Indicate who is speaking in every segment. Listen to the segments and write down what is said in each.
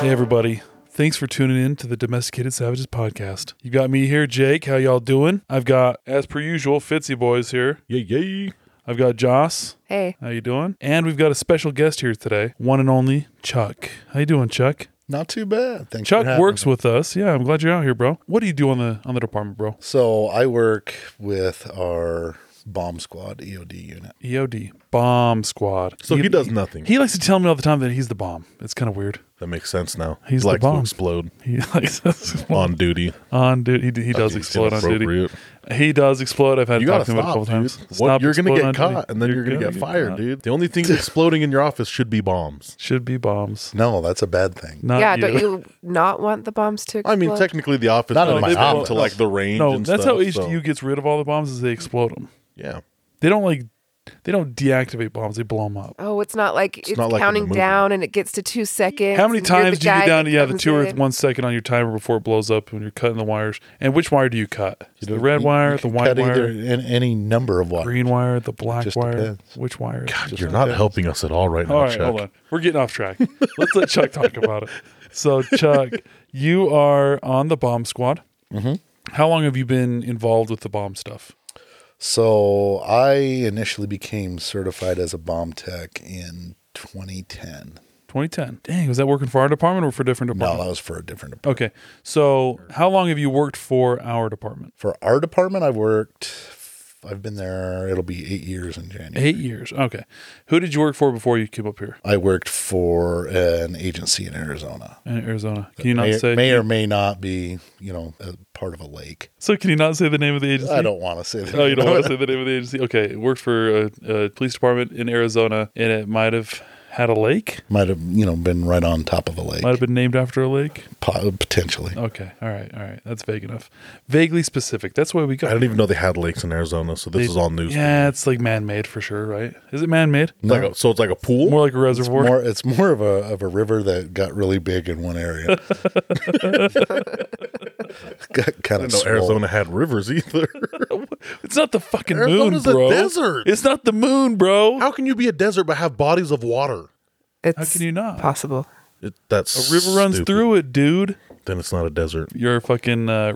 Speaker 1: Hey everybody. Thanks for tuning in to the Domesticated Savages podcast. You got me here, Jake. How y'all doing? I've got, as per usual, Fitzy boys here.
Speaker 2: Yay, yay.
Speaker 1: I've got Joss.
Speaker 3: Hey,
Speaker 1: How you doing? And we've got a special guest here today, one and only Chuck. How you doing, Chuck?
Speaker 4: Not too bad. Thanks. for
Speaker 1: Chuck
Speaker 4: having
Speaker 1: works
Speaker 4: me.
Speaker 1: with us. Yeah, I'm glad you're out here, bro. What do you do on the on the department, bro?
Speaker 4: So I work with our bomb squad EOD unit.
Speaker 1: EOD E bomb squad.
Speaker 2: So he does nothing.
Speaker 1: He likes to tell me all the time that he's the bomb. It's kind of weird.
Speaker 2: that makes sense now.
Speaker 1: He's the
Speaker 2: like
Speaker 1: bomb.
Speaker 2: to explode
Speaker 1: He likes
Speaker 2: on duty.
Speaker 1: on duty. He, he does
Speaker 2: It's
Speaker 1: explode on duty.
Speaker 2: inappropriate.
Speaker 1: He does explode. I've had
Speaker 2: You
Speaker 1: to
Speaker 2: gotta
Speaker 1: talk to him about it a
Speaker 2: stop,
Speaker 1: couple
Speaker 2: dude.
Speaker 1: times.
Speaker 2: What-
Speaker 1: Stop
Speaker 2: you're gonna
Speaker 1: exploding
Speaker 2: get
Speaker 1: on
Speaker 2: caught,
Speaker 1: duty.
Speaker 2: and then you're, gonna, get fired,
Speaker 1: caught.
Speaker 2: dude. The only thing exploding in your office should be bombs.
Speaker 1: Should be bombs.
Speaker 4: No, that's a bad thing.
Speaker 1: Not
Speaker 3: yeah,
Speaker 1: you.
Speaker 3: don't you not want the bombs to? Explode?
Speaker 2: I mean, technically, the office
Speaker 4: Not
Speaker 2: would
Speaker 4: in my
Speaker 2: explode
Speaker 4: office.
Speaker 2: to like the range.
Speaker 1: No,
Speaker 2: and
Speaker 1: that's
Speaker 2: stuff,
Speaker 1: how HDU
Speaker 2: so-
Speaker 1: gets rid of all the bombs is they explode them.
Speaker 2: Yeah,
Speaker 1: They don't like, they don't deactivate bombs. They blow them up.
Speaker 3: Oh, it's not like it's,
Speaker 2: not like in the
Speaker 3: counting
Speaker 2: movie.
Speaker 3: down and it gets to two seconds.
Speaker 1: How many
Speaker 3: and you're
Speaker 1: times
Speaker 3: the
Speaker 1: do you
Speaker 3: guy
Speaker 1: get down to
Speaker 3: that
Speaker 1: yeah the
Speaker 3: comes
Speaker 1: two or
Speaker 3: in.
Speaker 1: one second on your timer before it blows up when you're cutting the wires? And which wire do you cut? Is it the
Speaker 4: don't-
Speaker 1: red
Speaker 4: you-
Speaker 1: wire,
Speaker 4: you
Speaker 1: the
Speaker 4: can
Speaker 1: white
Speaker 4: cut either
Speaker 1: wire,
Speaker 4: in any number of wires.
Speaker 1: green wire, the black
Speaker 4: just
Speaker 1: wire?
Speaker 4: depends.
Speaker 1: Which wire? is it?
Speaker 2: you're not helping us at all right now,
Speaker 1: All right,
Speaker 2: Chuck.
Speaker 1: hold on. We're getting off track. Let's let Chuck talk about it. So, Chuck, you are on the bomb squad. Mm-hmm. How long have you been involved with the bomb stuff?
Speaker 4: So I initially became certified as a bomb tech in 2010.
Speaker 1: 2010. Dang, was that working for our department or for a different
Speaker 4: No, that
Speaker 1: department?
Speaker 4: was for a different department.
Speaker 1: Okay, so how long have you worked for our department?
Speaker 4: For our department, I worked. I've been there. It'll be eight years in January.
Speaker 1: Eight years. Okay, who did you work for before you came up here
Speaker 4: I worked for an agency in Arizona.
Speaker 1: in Arizona? Can you not
Speaker 4: may,
Speaker 1: say?
Speaker 4: may or may not be, you know, a part of a lake.
Speaker 1: so can you not say the name of the agency?
Speaker 4: I don't want to say that.
Speaker 1: Oh, you don't want to say the name of the agency? Okay, it worked for a, a police department in Arizona, and it might have had a lake.
Speaker 4: Might have, you know, been right on top of a lake,
Speaker 1: Might have been named after a lake.
Speaker 4: po- potentially.
Speaker 1: Okay. All right. All right. That's vague enough. Vaguely specific. That's why we
Speaker 2: I
Speaker 1: got.
Speaker 2: didn't even know they had lakes in Arizona, so this
Speaker 1: They-
Speaker 2: is all news. to me.
Speaker 1: Yeah, it's like man-made for sure, right? Is it man-made?
Speaker 2: It's like a- so it's like a pool.
Speaker 1: More like a reservoir.
Speaker 4: More, it's more of a of a river that got really big in one area. got kind
Speaker 2: I
Speaker 4: of
Speaker 2: didn't know Arizona had rivers either.
Speaker 1: it's not the fucking
Speaker 2: Arizona's
Speaker 1: moon,
Speaker 2: a
Speaker 1: bro.
Speaker 2: desert.
Speaker 1: It's not the moon, bro.
Speaker 2: how can you be a desert but have bodies of water?
Speaker 3: It's
Speaker 1: How can you not?
Speaker 3: possible?
Speaker 2: It, that's
Speaker 1: a river runs
Speaker 2: stupid.
Speaker 1: through it, dude.
Speaker 2: Then it's not a desert.
Speaker 1: You're a fucking uh,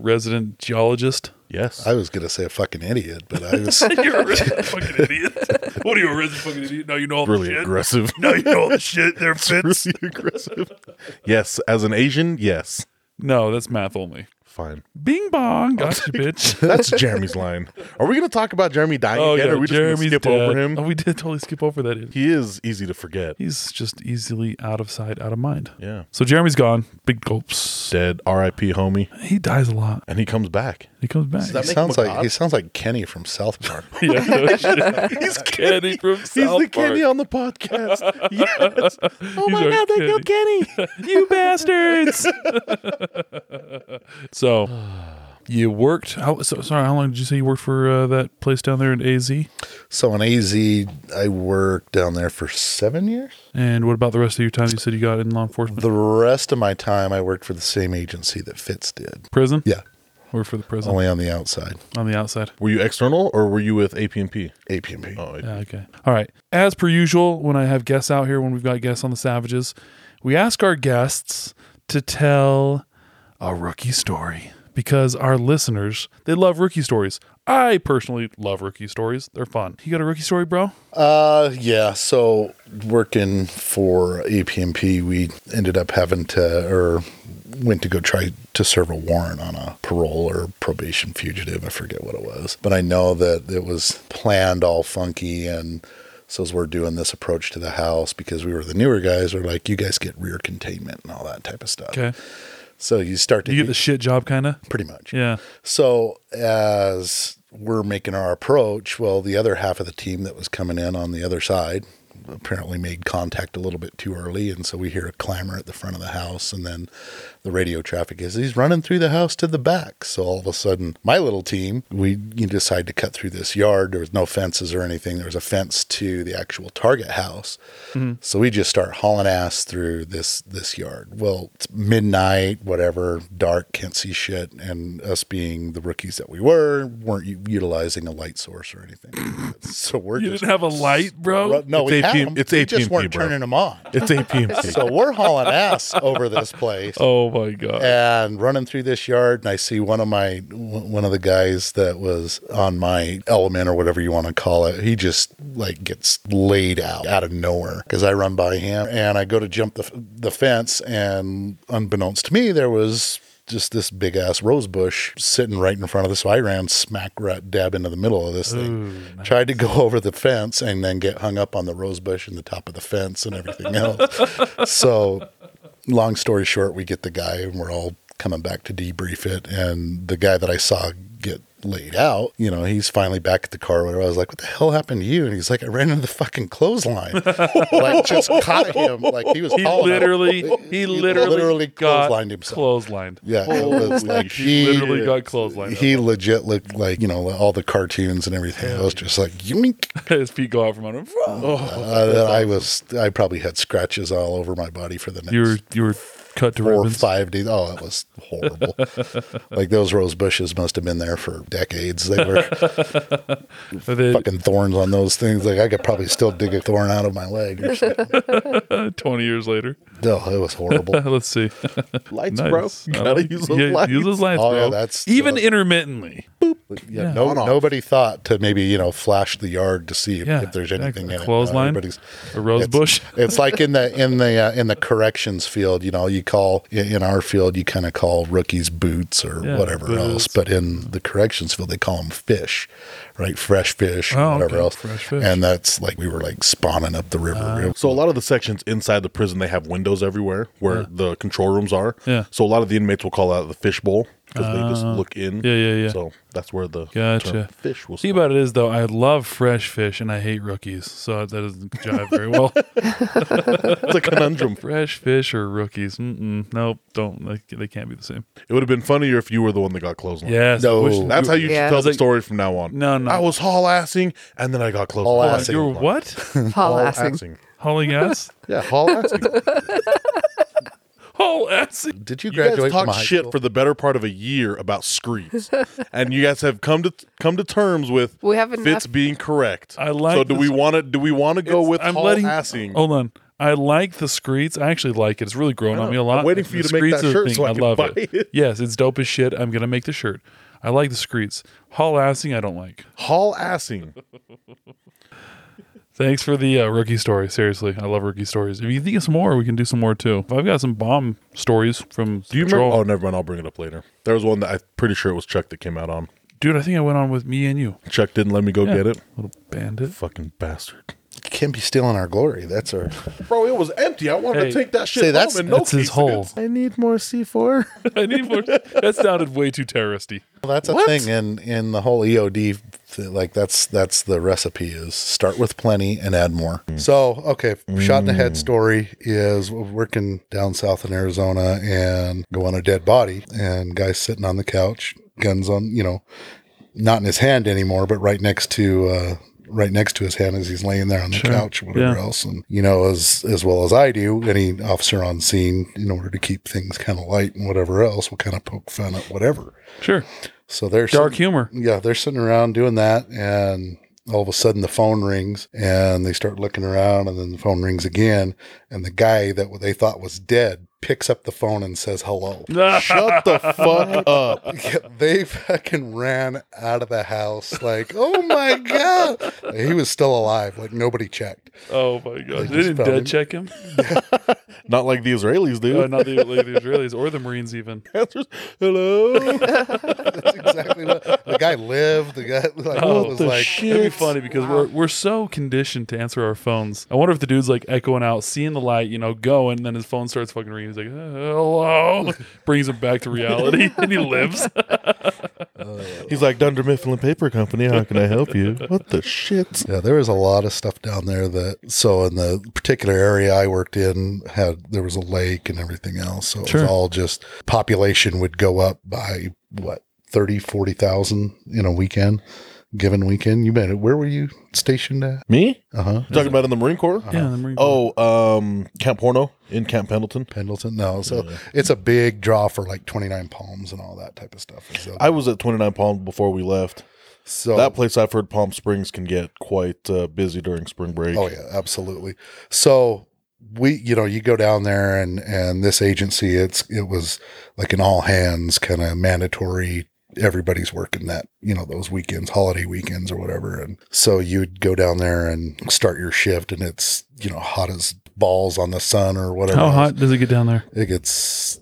Speaker 1: resident geologist.
Speaker 2: Yes.
Speaker 4: I was gonna say a fucking idiot, but I was
Speaker 1: You're a resident fucking idiot. What are you, a resident fucking idiot? Now you know all
Speaker 2: really
Speaker 1: the shit.
Speaker 2: aggressive.
Speaker 1: Now you know all the shit. There, fits.
Speaker 2: really aggressive. Yes, as an Asian, yes.
Speaker 1: No, that's math only.
Speaker 2: Fine.
Speaker 1: Bing bong. Got you, bitch.
Speaker 2: That's Jeremy's line. Are we going to talk about Jeremy dying
Speaker 1: Oh,
Speaker 2: again?
Speaker 1: yeah.
Speaker 2: or are we just going to
Speaker 1: Jeremy's
Speaker 2: skip
Speaker 1: dead.
Speaker 2: over
Speaker 1: Oh,
Speaker 2: him?
Speaker 1: we did totally skip over that.
Speaker 2: He is easy to forget.
Speaker 1: He's just easily out of sight, out of mind.
Speaker 2: Yeah.
Speaker 1: So Jeremy's gone. Big gulps.
Speaker 2: Dead R.I.P. homie.
Speaker 1: He dies a lot.
Speaker 2: And he comes back.
Speaker 1: He comes back.
Speaker 4: he
Speaker 2: that make
Speaker 4: sounds
Speaker 2: him a
Speaker 4: like
Speaker 2: god?
Speaker 4: he sounds like Kenny from South Park.
Speaker 1: yeah, no shit. He's Kenny from South
Speaker 2: He's the Kenny
Speaker 1: Park.
Speaker 2: on the podcast. yes. Oh
Speaker 1: He's
Speaker 2: my
Speaker 1: our
Speaker 2: God, they killed Kenny.
Speaker 1: you bastards. so you worked. How, so, sorry, how long did you say you worked for uh, that place down there in AZ?
Speaker 4: So in AZ, I worked down there for seven years.
Speaker 1: And what about the rest of your time? You said you got in law enforcement,
Speaker 4: The rest of my time, I worked for the same agency that Fitz did.
Speaker 1: prison,
Speaker 4: Yeah,
Speaker 1: or for the prison
Speaker 4: only on the outside.
Speaker 1: on the outside.
Speaker 2: Were you external or were you with APMP?
Speaker 4: APMP.
Speaker 2: Oh,
Speaker 1: Yeah, okay. All right. As per usual, when I have guests out here, when we've got guests on the Savages, we ask our guests to tell a rookie story because our listeners, they love rookie stories. I personally love rookie stories. They're fun. You got a rookie story, bro?
Speaker 4: Uh, yeah. So working for APMP, we ended up having to, or went to go try to serve a warrant on a parole or probation fugitive. I forget what it was, but I know that it was planned all funky and. So as we're doing this approach to the house, because we were the newer guys, are like you guys get rear containment and all that type of stuff.
Speaker 1: Okay.
Speaker 4: So you start to
Speaker 1: You get the
Speaker 4: get
Speaker 1: shit job kind of?
Speaker 4: pretty much.
Speaker 1: Yeah.
Speaker 4: So as we're making our approach, well, the other half of the team that was coming in on the other side apparently made contact a little bit too early, and so we hear a clamor at the front of the house, and then the radio traffic is he's running through the house to the back. So all of a sudden, my little team, we you decide to cut through this yard. There was no fences or anything. There was a fence to the actual target house.
Speaker 1: Mm-hmm.
Speaker 4: So we just start hauling ass through this this yard. Well, it's midnight, whatever, dark, can't see shit, and us being the rookies that we were, weren't u- utilizing a light source or anything. so we're
Speaker 1: You
Speaker 4: just
Speaker 1: didn't have a light, bro?
Speaker 4: Ru- no,
Speaker 2: It's
Speaker 4: we
Speaker 2: APM
Speaker 4: had them.
Speaker 2: it's
Speaker 4: we just
Speaker 2: APMP,
Speaker 4: weren't
Speaker 2: bro.
Speaker 4: turning them on.
Speaker 2: It's APMC.
Speaker 4: So we're hauling ass over this place
Speaker 1: Oh my god.
Speaker 4: and running through this yard, and I see one of my one of the guys that was on my element or whatever you want to call it. He just like gets laid out out of nowhere because I run by him and I go to jump the the fence, and unbeknownst to me, there was. Just this big ass rose bush sitting right in front of this. So I ran smack rat dab into the middle of this thing. Tried to go over the fence and then get hung up on the rose bush and the top of the fence and everything else. so long story short, we get the guy and we're all coming back to debrief it. And the guy that I saw get laid out, you know, he's finally back at the car. Where I was like, "What the hell happened to you?" And he's like, "I ran into the fucking clothesline." like just caught him. Like he was
Speaker 1: He
Speaker 4: hauling up.
Speaker 1: literally, he literally,
Speaker 4: Oh, literally
Speaker 1: got
Speaker 4: clotheslined himself.
Speaker 1: Clotheslined.
Speaker 4: Yeah, it was like he
Speaker 1: Literally got clotheslined.
Speaker 4: He legit looked like you know all the cartoons and everything. I was just like, "Yoink."
Speaker 1: His feet go out from under him. Oh,
Speaker 4: Uh, I was, I probably had scratches all over my body for the next
Speaker 1: you were you were cut to
Speaker 4: four or
Speaker 1: ribbons.
Speaker 4: five days. Oh, it was horrible. like those rose bushes must have been there for decades. They were
Speaker 1: But then
Speaker 4: fucking thorns on those things. Like I could probably still dig a thorn out of my leg. Or something.
Speaker 1: Twenty years later.
Speaker 4: No, it was horrible.
Speaker 1: Let's see.
Speaker 2: lights,
Speaker 1: Nice.
Speaker 2: bro. Gotta
Speaker 1: Uh,
Speaker 2: use those
Speaker 1: yeah,
Speaker 2: lights.
Speaker 1: Use those lights,
Speaker 4: Oh,
Speaker 1: bro.
Speaker 4: yeah, that's-
Speaker 1: even
Speaker 4: that's-
Speaker 1: intermittently.
Speaker 4: Yeah,
Speaker 1: Yeah.
Speaker 4: no,
Speaker 2: On, off.
Speaker 4: nobody thought to maybe you know flash the yard to see if,
Speaker 1: Yeah,
Speaker 4: if there's
Speaker 1: exactly.
Speaker 4: anything in it. uh,
Speaker 1: Clothesline,
Speaker 4: Everybody's-
Speaker 1: A rose
Speaker 4: it's-
Speaker 1: bush.
Speaker 4: it's like in the in the uh, in the corrections field, you know, you call in in our field, you kind of call rookies boots or
Speaker 1: Yeah,
Speaker 4: whatever
Speaker 1: boots.
Speaker 4: else, but in the corrections field, they call them fish, right? Fresh fish,
Speaker 1: Oh,
Speaker 4: or whatever
Speaker 1: okay.
Speaker 4: else.
Speaker 1: Fresh fish. Uh,
Speaker 4: And that's like we were like spawning up the river.
Speaker 2: So a lot of the sections inside the prison, they have windows everywhere where the control rooms are.
Speaker 1: Yeah. Uh,
Speaker 2: So a lot of the inmates will call out the fishbowl because they just look in.
Speaker 1: yeah, yeah, yeah.
Speaker 2: So that's where the
Speaker 1: Gotcha.
Speaker 2: term fish will.
Speaker 1: See
Speaker 2: start.
Speaker 1: about it is though, I love fresh fish and I hate rookies, so that doesn't jive very well.
Speaker 2: It's a conundrum.
Speaker 1: fresh fish or rookies? Mm-mm, nope, don't. They, they can't be the same.
Speaker 2: It would have been funnier if you were the one that got clotheslined.
Speaker 1: Yes,
Speaker 4: No.
Speaker 1: wish-
Speaker 2: That's how you
Speaker 3: Yeah.
Speaker 2: should tell
Speaker 1: It's
Speaker 2: the
Speaker 1: like-
Speaker 2: story from now on.
Speaker 1: No, no.
Speaker 2: I was haul assing and then I got clotheslined.
Speaker 4: Haul
Speaker 2: Haul
Speaker 4: assing.
Speaker 1: You're what?
Speaker 3: Paul Assing.
Speaker 2: assing.
Speaker 1: Hauling ass?
Speaker 4: Yeah, haul assing.
Speaker 1: Haul ass?
Speaker 4: Did you
Speaker 2: You guys
Speaker 4: graduate from
Speaker 2: talked
Speaker 4: high
Speaker 2: shit
Speaker 4: school?
Speaker 2: for the better part of a year about screeds, and you guys have come to come to terms with
Speaker 3: We have enough-
Speaker 2: Fitz being correct.
Speaker 1: I like
Speaker 2: So do
Speaker 1: this-
Speaker 2: we want to do we want to go with
Speaker 1: I'm
Speaker 2: haul
Speaker 1: letting- Oh.
Speaker 2: assing?
Speaker 1: Hold on. I like the screets. I actually like it. It's really grown on me a lot.
Speaker 2: I'm waiting for you
Speaker 1: The
Speaker 2: to make
Speaker 1: Screeds
Speaker 2: that
Speaker 1: are the
Speaker 2: shirt so I can
Speaker 1: love
Speaker 2: buy it.
Speaker 1: Yes, it's dope as shit. I'm gonna make the shirt. I like the screets. Haul assing, I don't like.
Speaker 2: Haul assing.
Speaker 1: Thanks for the uh, rookie story. Seriously, I love rookie stories. If you think of some more, we can do some more too. I've got some bomb stories from.
Speaker 2: Do you
Speaker 1: patrol.
Speaker 2: remember? Oh, never mind. I'll bring it up later. There was one that I'm pretty sure it was Chuck that came out on.
Speaker 1: dude? I think I went on with me and you.
Speaker 2: Chuck didn't let me go get it.
Speaker 1: Little bandit.
Speaker 2: Fucking bastard.
Speaker 4: Can't be stealing our glory. That's our.
Speaker 2: Bro, it was empty. I wanted
Speaker 1: Hey,
Speaker 2: to take that shit.
Speaker 4: say
Speaker 2: home
Speaker 4: that's-
Speaker 2: and no
Speaker 1: that's his
Speaker 2: case
Speaker 1: hole.
Speaker 2: against- I need more C4.
Speaker 1: I need more. that sounded way too terroristy.
Speaker 4: Well, that's a thing in in the whole EOD. th- Like that's that's the recipe is start with plenty and add more. So okay, shot in the head story is we're working down south in Arizona and go on a dead body and guy sitting on the couch, guns on you know, not in his hand anymore, but right next to uh, right next to his hand as he's laying there on the couch, whatever
Speaker 1: Yeah.
Speaker 4: else. And you know, as as well as I do, any officer on scene, in order to keep things kind of light and whatever else, will kind of poke fun at whatever.
Speaker 1: Sure.
Speaker 4: So they're
Speaker 1: Dark
Speaker 4: sitting-
Speaker 1: humor.
Speaker 4: yeah, they're sitting around doing that, and all of a sudden the phone rings, and they start looking around, and then the phone rings again, and the guy that they thought was dead picks up the phone and says hello.
Speaker 1: Ah,
Speaker 4: Shut the fuck up! Yeah, they fucking ran out of the house like, oh my god, he was still alive. Like nobody checked.
Speaker 1: Oh my god!
Speaker 4: just
Speaker 1: They didn't
Speaker 4: found him.
Speaker 1: dead check him.
Speaker 2: Not like the Israelis, dude.
Speaker 1: Uh, not the, like, the Israelis or the Marines even.
Speaker 2: Answers, Hello.
Speaker 4: That's exactly what the guy lived. The guy like
Speaker 1: Oh,
Speaker 4: was
Speaker 2: the
Speaker 4: like,
Speaker 2: shit.
Speaker 1: It'd be funny because we're we're so conditioned to answer our phones. I wonder if the dude's like echoing out, seeing the light, you know, going, and then his phone starts fucking ringing. He's like, "Uh, "Hello," brings him back to reality, and he lives.
Speaker 2: He's like Dunder Mifflin Paper Company. How can I help you? What the shit?
Speaker 4: Yeah, there was a lot of stuff down there that so in the particular area I worked in had there was a lake and everything else. So it
Speaker 1: Sure.
Speaker 4: was all just population would go up by what 30 40,000 in a weekend, given weekend. You meant where were you stationed at?
Speaker 2: Me?
Speaker 4: Uh-huh.
Speaker 2: You talking about in the Marine Corps?
Speaker 1: Yeah, the Marine Corps.
Speaker 2: Oh, um, Camp Horno in Camp Pendleton.
Speaker 4: Pendleton. No. So it's a big draw for like 29 palms and all that type of stuff. So,
Speaker 2: I was at 29 Palms before we left.
Speaker 4: so
Speaker 2: That place I've heard Palm Springs can get quite uh, busy during spring break.
Speaker 4: Oh yeah, absolutely. So we, you know, you go down there and and this agency, it's it was like an all hands kind of mandatory. Everybody's working that, you know, those weekends, holiday weekends or whatever. And so you'd go down there and start your shift, and it's you know hot as balls on the sun or whatever.
Speaker 1: How
Speaker 4: else.
Speaker 1: hot does it get down there?
Speaker 4: It gets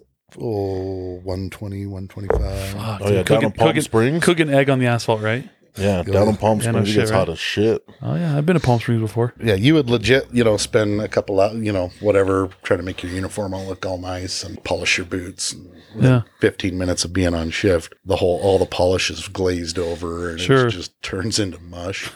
Speaker 4: oh, 120, 125.
Speaker 1: Fuck,
Speaker 2: Oh, yeah,
Speaker 1: dude.
Speaker 2: down in Palm
Speaker 1: cooking,
Speaker 2: Springs.
Speaker 1: cook an egg on the asphalt, right?
Speaker 2: Yeah, down in Palm
Speaker 1: Yeah, no
Speaker 2: Springs, it gets
Speaker 1: shit, right?
Speaker 2: hot as shit.
Speaker 1: Oh yeah, I've been to Palm Springs before.
Speaker 4: Yeah, you would legit, you know, spend a couple of, you know, whatever, trying to make your uniform all look all nice and polish your boots. And within
Speaker 1: Yeah.
Speaker 4: 15 minutes of being on shift, the whole, all the polish is glazed over and
Speaker 1: Sure.
Speaker 4: it just turns into mush.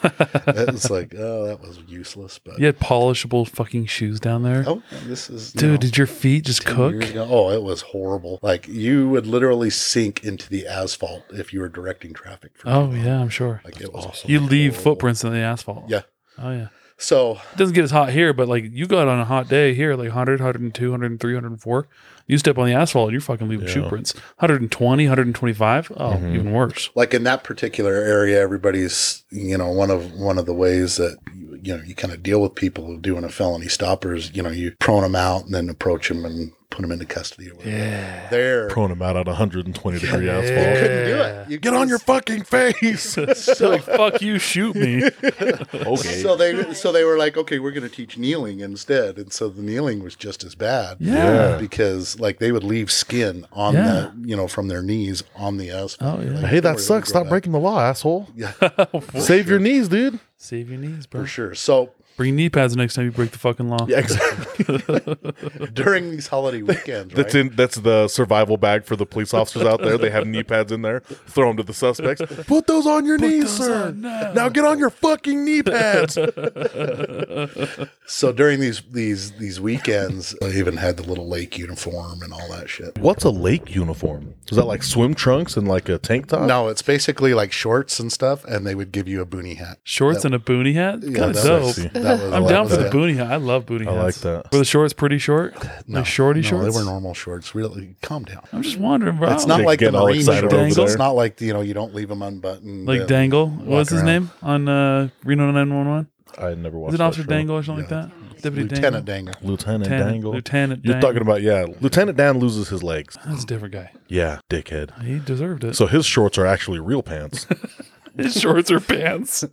Speaker 4: it's like, oh, that was useless. But,
Speaker 1: You had polishable fucking shoes down there,
Speaker 4: oh, this is, you
Speaker 1: dude.
Speaker 4: know,
Speaker 1: did your feet just
Speaker 4: 10
Speaker 1: cook?
Speaker 4: years ago. Oh, it was horrible. Like, you would literally sink into the asphalt if you were directing traffic. For
Speaker 1: Oh yeah, I'm sure.
Speaker 4: Like, it was
Speaker 1: You leave
Speaker 4: horrible.
Speaker 1: footprints in the asphalt.
Speaker 4: Yeah.
Speaker 1: Oh yeah.
Speaker 4: So,
Speaker 1: It doesn't get as hot here, but like you go out on a hot day here, like 100, 102, 103, 104. You step on the asphalt and you're fucking leaving shoe prints. 120, 125. Oh,
Speaker 4: Mm-hmm.
Speaker 1: even worse.
Speaker 4: like in that particular area everybody's you know one of one of the ways that you, you know you kind of deal with people who doing a felony stoppers you know you prone them out and then approach them and put them into custody or whatever yeah. there
Speaker 2: Prone him out at 120 degree
Speaker 4: you
Speaker 2: asphalt.
Speaker 4: couldn't do it you
Speaker 2: Get on your fucking face.
Speaker 1: So fuck you, shoot me.
Speaker 2: okay.
Speaker 4: so they so they were like okay we're going to teach kneeling instead and so the kneeling was just as bad
Speaker 1: Yeah.
Speaker 4: because like they would leave skin on
Speaker 1: Yeah.
Speaker 4: the you know from their knees on the asphalt
Speaker 1: Oh, yeah.
Speaker 4: Like,
Speaker 2: hey,
Speaker 4: don't
Speaker 2: that
Speaker 4: worry,
Speaker 2: sucks.
Speaker 4: we'll
Speaker 2: Stop
Speaker 4: go back.
Speaker 2: breaking the law, asshole.
Speaker 4: yeah
Speaker 2: Save your knees, dude.
Speaker 1: Save your knees, bro.
Speaker 4: for sure so
Speaker 1: Bring knee pads next time you break the fucking law.
Speaker 2: Yeah, exactly.
Speaker 4: during these holiday weekends
Speaker 2: That's
Speaker 4: right?
Speaker 2: in. That's the survival bag for the police officers out there. They have knee pads in there. Throw them to the suspects. Put those on your knees,
Speaker 1: those
Speaker 2: sir.
Speaker 1: on now."
Speaker 2: Now get on your fucking knee pads.
Speaker 4: So during these these these weekends, I even had the little lake uniform and all that shit.
Speaker 2: What's a lake uniform? Is that like swim trunks and like a tank top?
Speaker 4: No, it's basically like shorts and stuff, and they would give you a boonie hat.
Speaker 1: Shorts and a boonie hat? Kind of
Speaker 4: that
Speaker 1: dope.
Speaker 4: was- that was-
Speaker 1: I'm
Speaker 4: that
Speaker 1: down
Speaker 4: was
Speaker 1: for the
Speaker 4: it.
Speaker 1: boonie hat. I love boonie hats.
Speaker 2: I like that.
Speaker 1: Were the shorts pretty short? like shorty
Speaker 4: Uh, No,
Speaker 1: shorts? Oh.
Speaker 4: They were normal shorts. Really, calm down.
Speaker 1: I'm just wondering, bro.
Speaker 4: It's not
Speaker 2: They
Speaker 4: like the
Speaker 2: get all
Speaker 4: Marine
Speaker 2: excited
Speaker 4: shorts.
Speaker 1: over
Speaker 4: It's
Speaker 2: there.
Speaker 4: not like you know you don't leave them unbuttoned. uh,
Speaker 1: like
Speaker 4: and-
Speaker 1: Dangle. What's his
Speaker 4: around.
Speaker 1: name on uh, Reno 911?
Speaker 2: I never watched.
Speaker 1: Is it
Speaker 2: that
Speaker 1: Officer
Speaker 2: show.
Speaker 1: Dangle or something like that? Deputy
Speaker 4: Lieutenant
Speaker 1: Dangle.
Speaker 4: Dangle.
Speaker 2: Lieutenant
Speaker 1: Lieutenant-
Speaker 2: Dangle.
Speaker 1: Lieutenant
Speaker 2: You're
Speaker 1: Dangle.
Speaker 2: talking about yeah. Lieutenant Dan loses his legs.
Speaker 1: That's a different guy.
Speaker 2: Yeah, dickhead.
Speaker 1: He deserved it.
Speaker 2: So his shorts are actually real pants.
Speaker 1: His shorts or pants.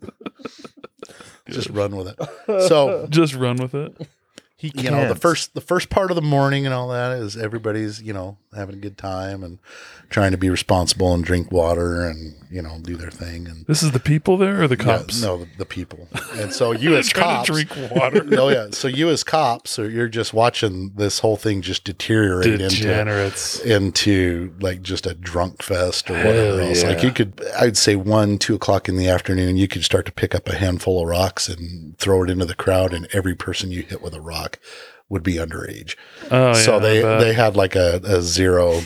Speaker 4: Just run with it. So
Speaker 1: Just run with it.
Speaker 2: He
Speaker 4: you know the first the first part of the morning and all that is everybody's you know having a good time and trying to be responsible and drink water and you know do their thing and
Speaker 1: This is the people there or the
Speaker 4: Yeah,
Speaker 1: cops?
Speaker 4: Uh, no, the, the people. And so you as
Speaker 1: Trying
Speaker 4: cops.
Speaker 1: to drink water.
Speaker 4: no, yeah. So you as cops, or you're just watching this whole thing just deteriorate into
Speaker 1: Degenerates.
Speaker 4: into like just a drunk fest or whatever else. Like you could, I'd say one, two o'clock in the afternoon, you could start to pick up a handful of rocks and throw it into the crowd, and every person you hit with a rock would be underage.
Speaker 1: Oh,
Speaker 4: so
Speaker 1: yeah,
Speaker 4: they
Speaker 1: but-
Speaker 4: they had like a, a zero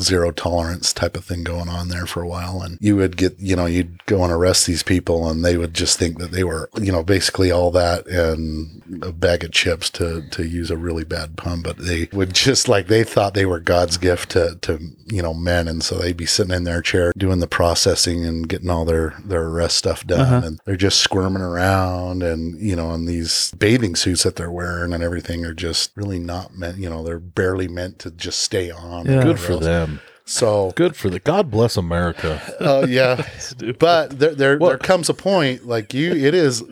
Speaker 4: zero tolerance type of thing going on there for a while and you would get you know you'd go and arrest these people and they would just think that they were you know basically all that and a bag of chips to to use a really bad pun but they would just like they thought they were god's gift to to you know men and so they'd be sitting in their chair doing the processing and getting all their their arrest stuff done and they're just squirming around and you know and these bathing suits that they're wearing and everything are just really not meant you know they're barely meant to just stay on
Speaker 1: Yeah.
Speaker 2: Good for them.
Speaker 4: so
Speaker 2: Good for the. God bless America.
Speaker 4: uh, yeah
Speaker 1: Dude,
Speaker 4: but there there, there comes a point like you it is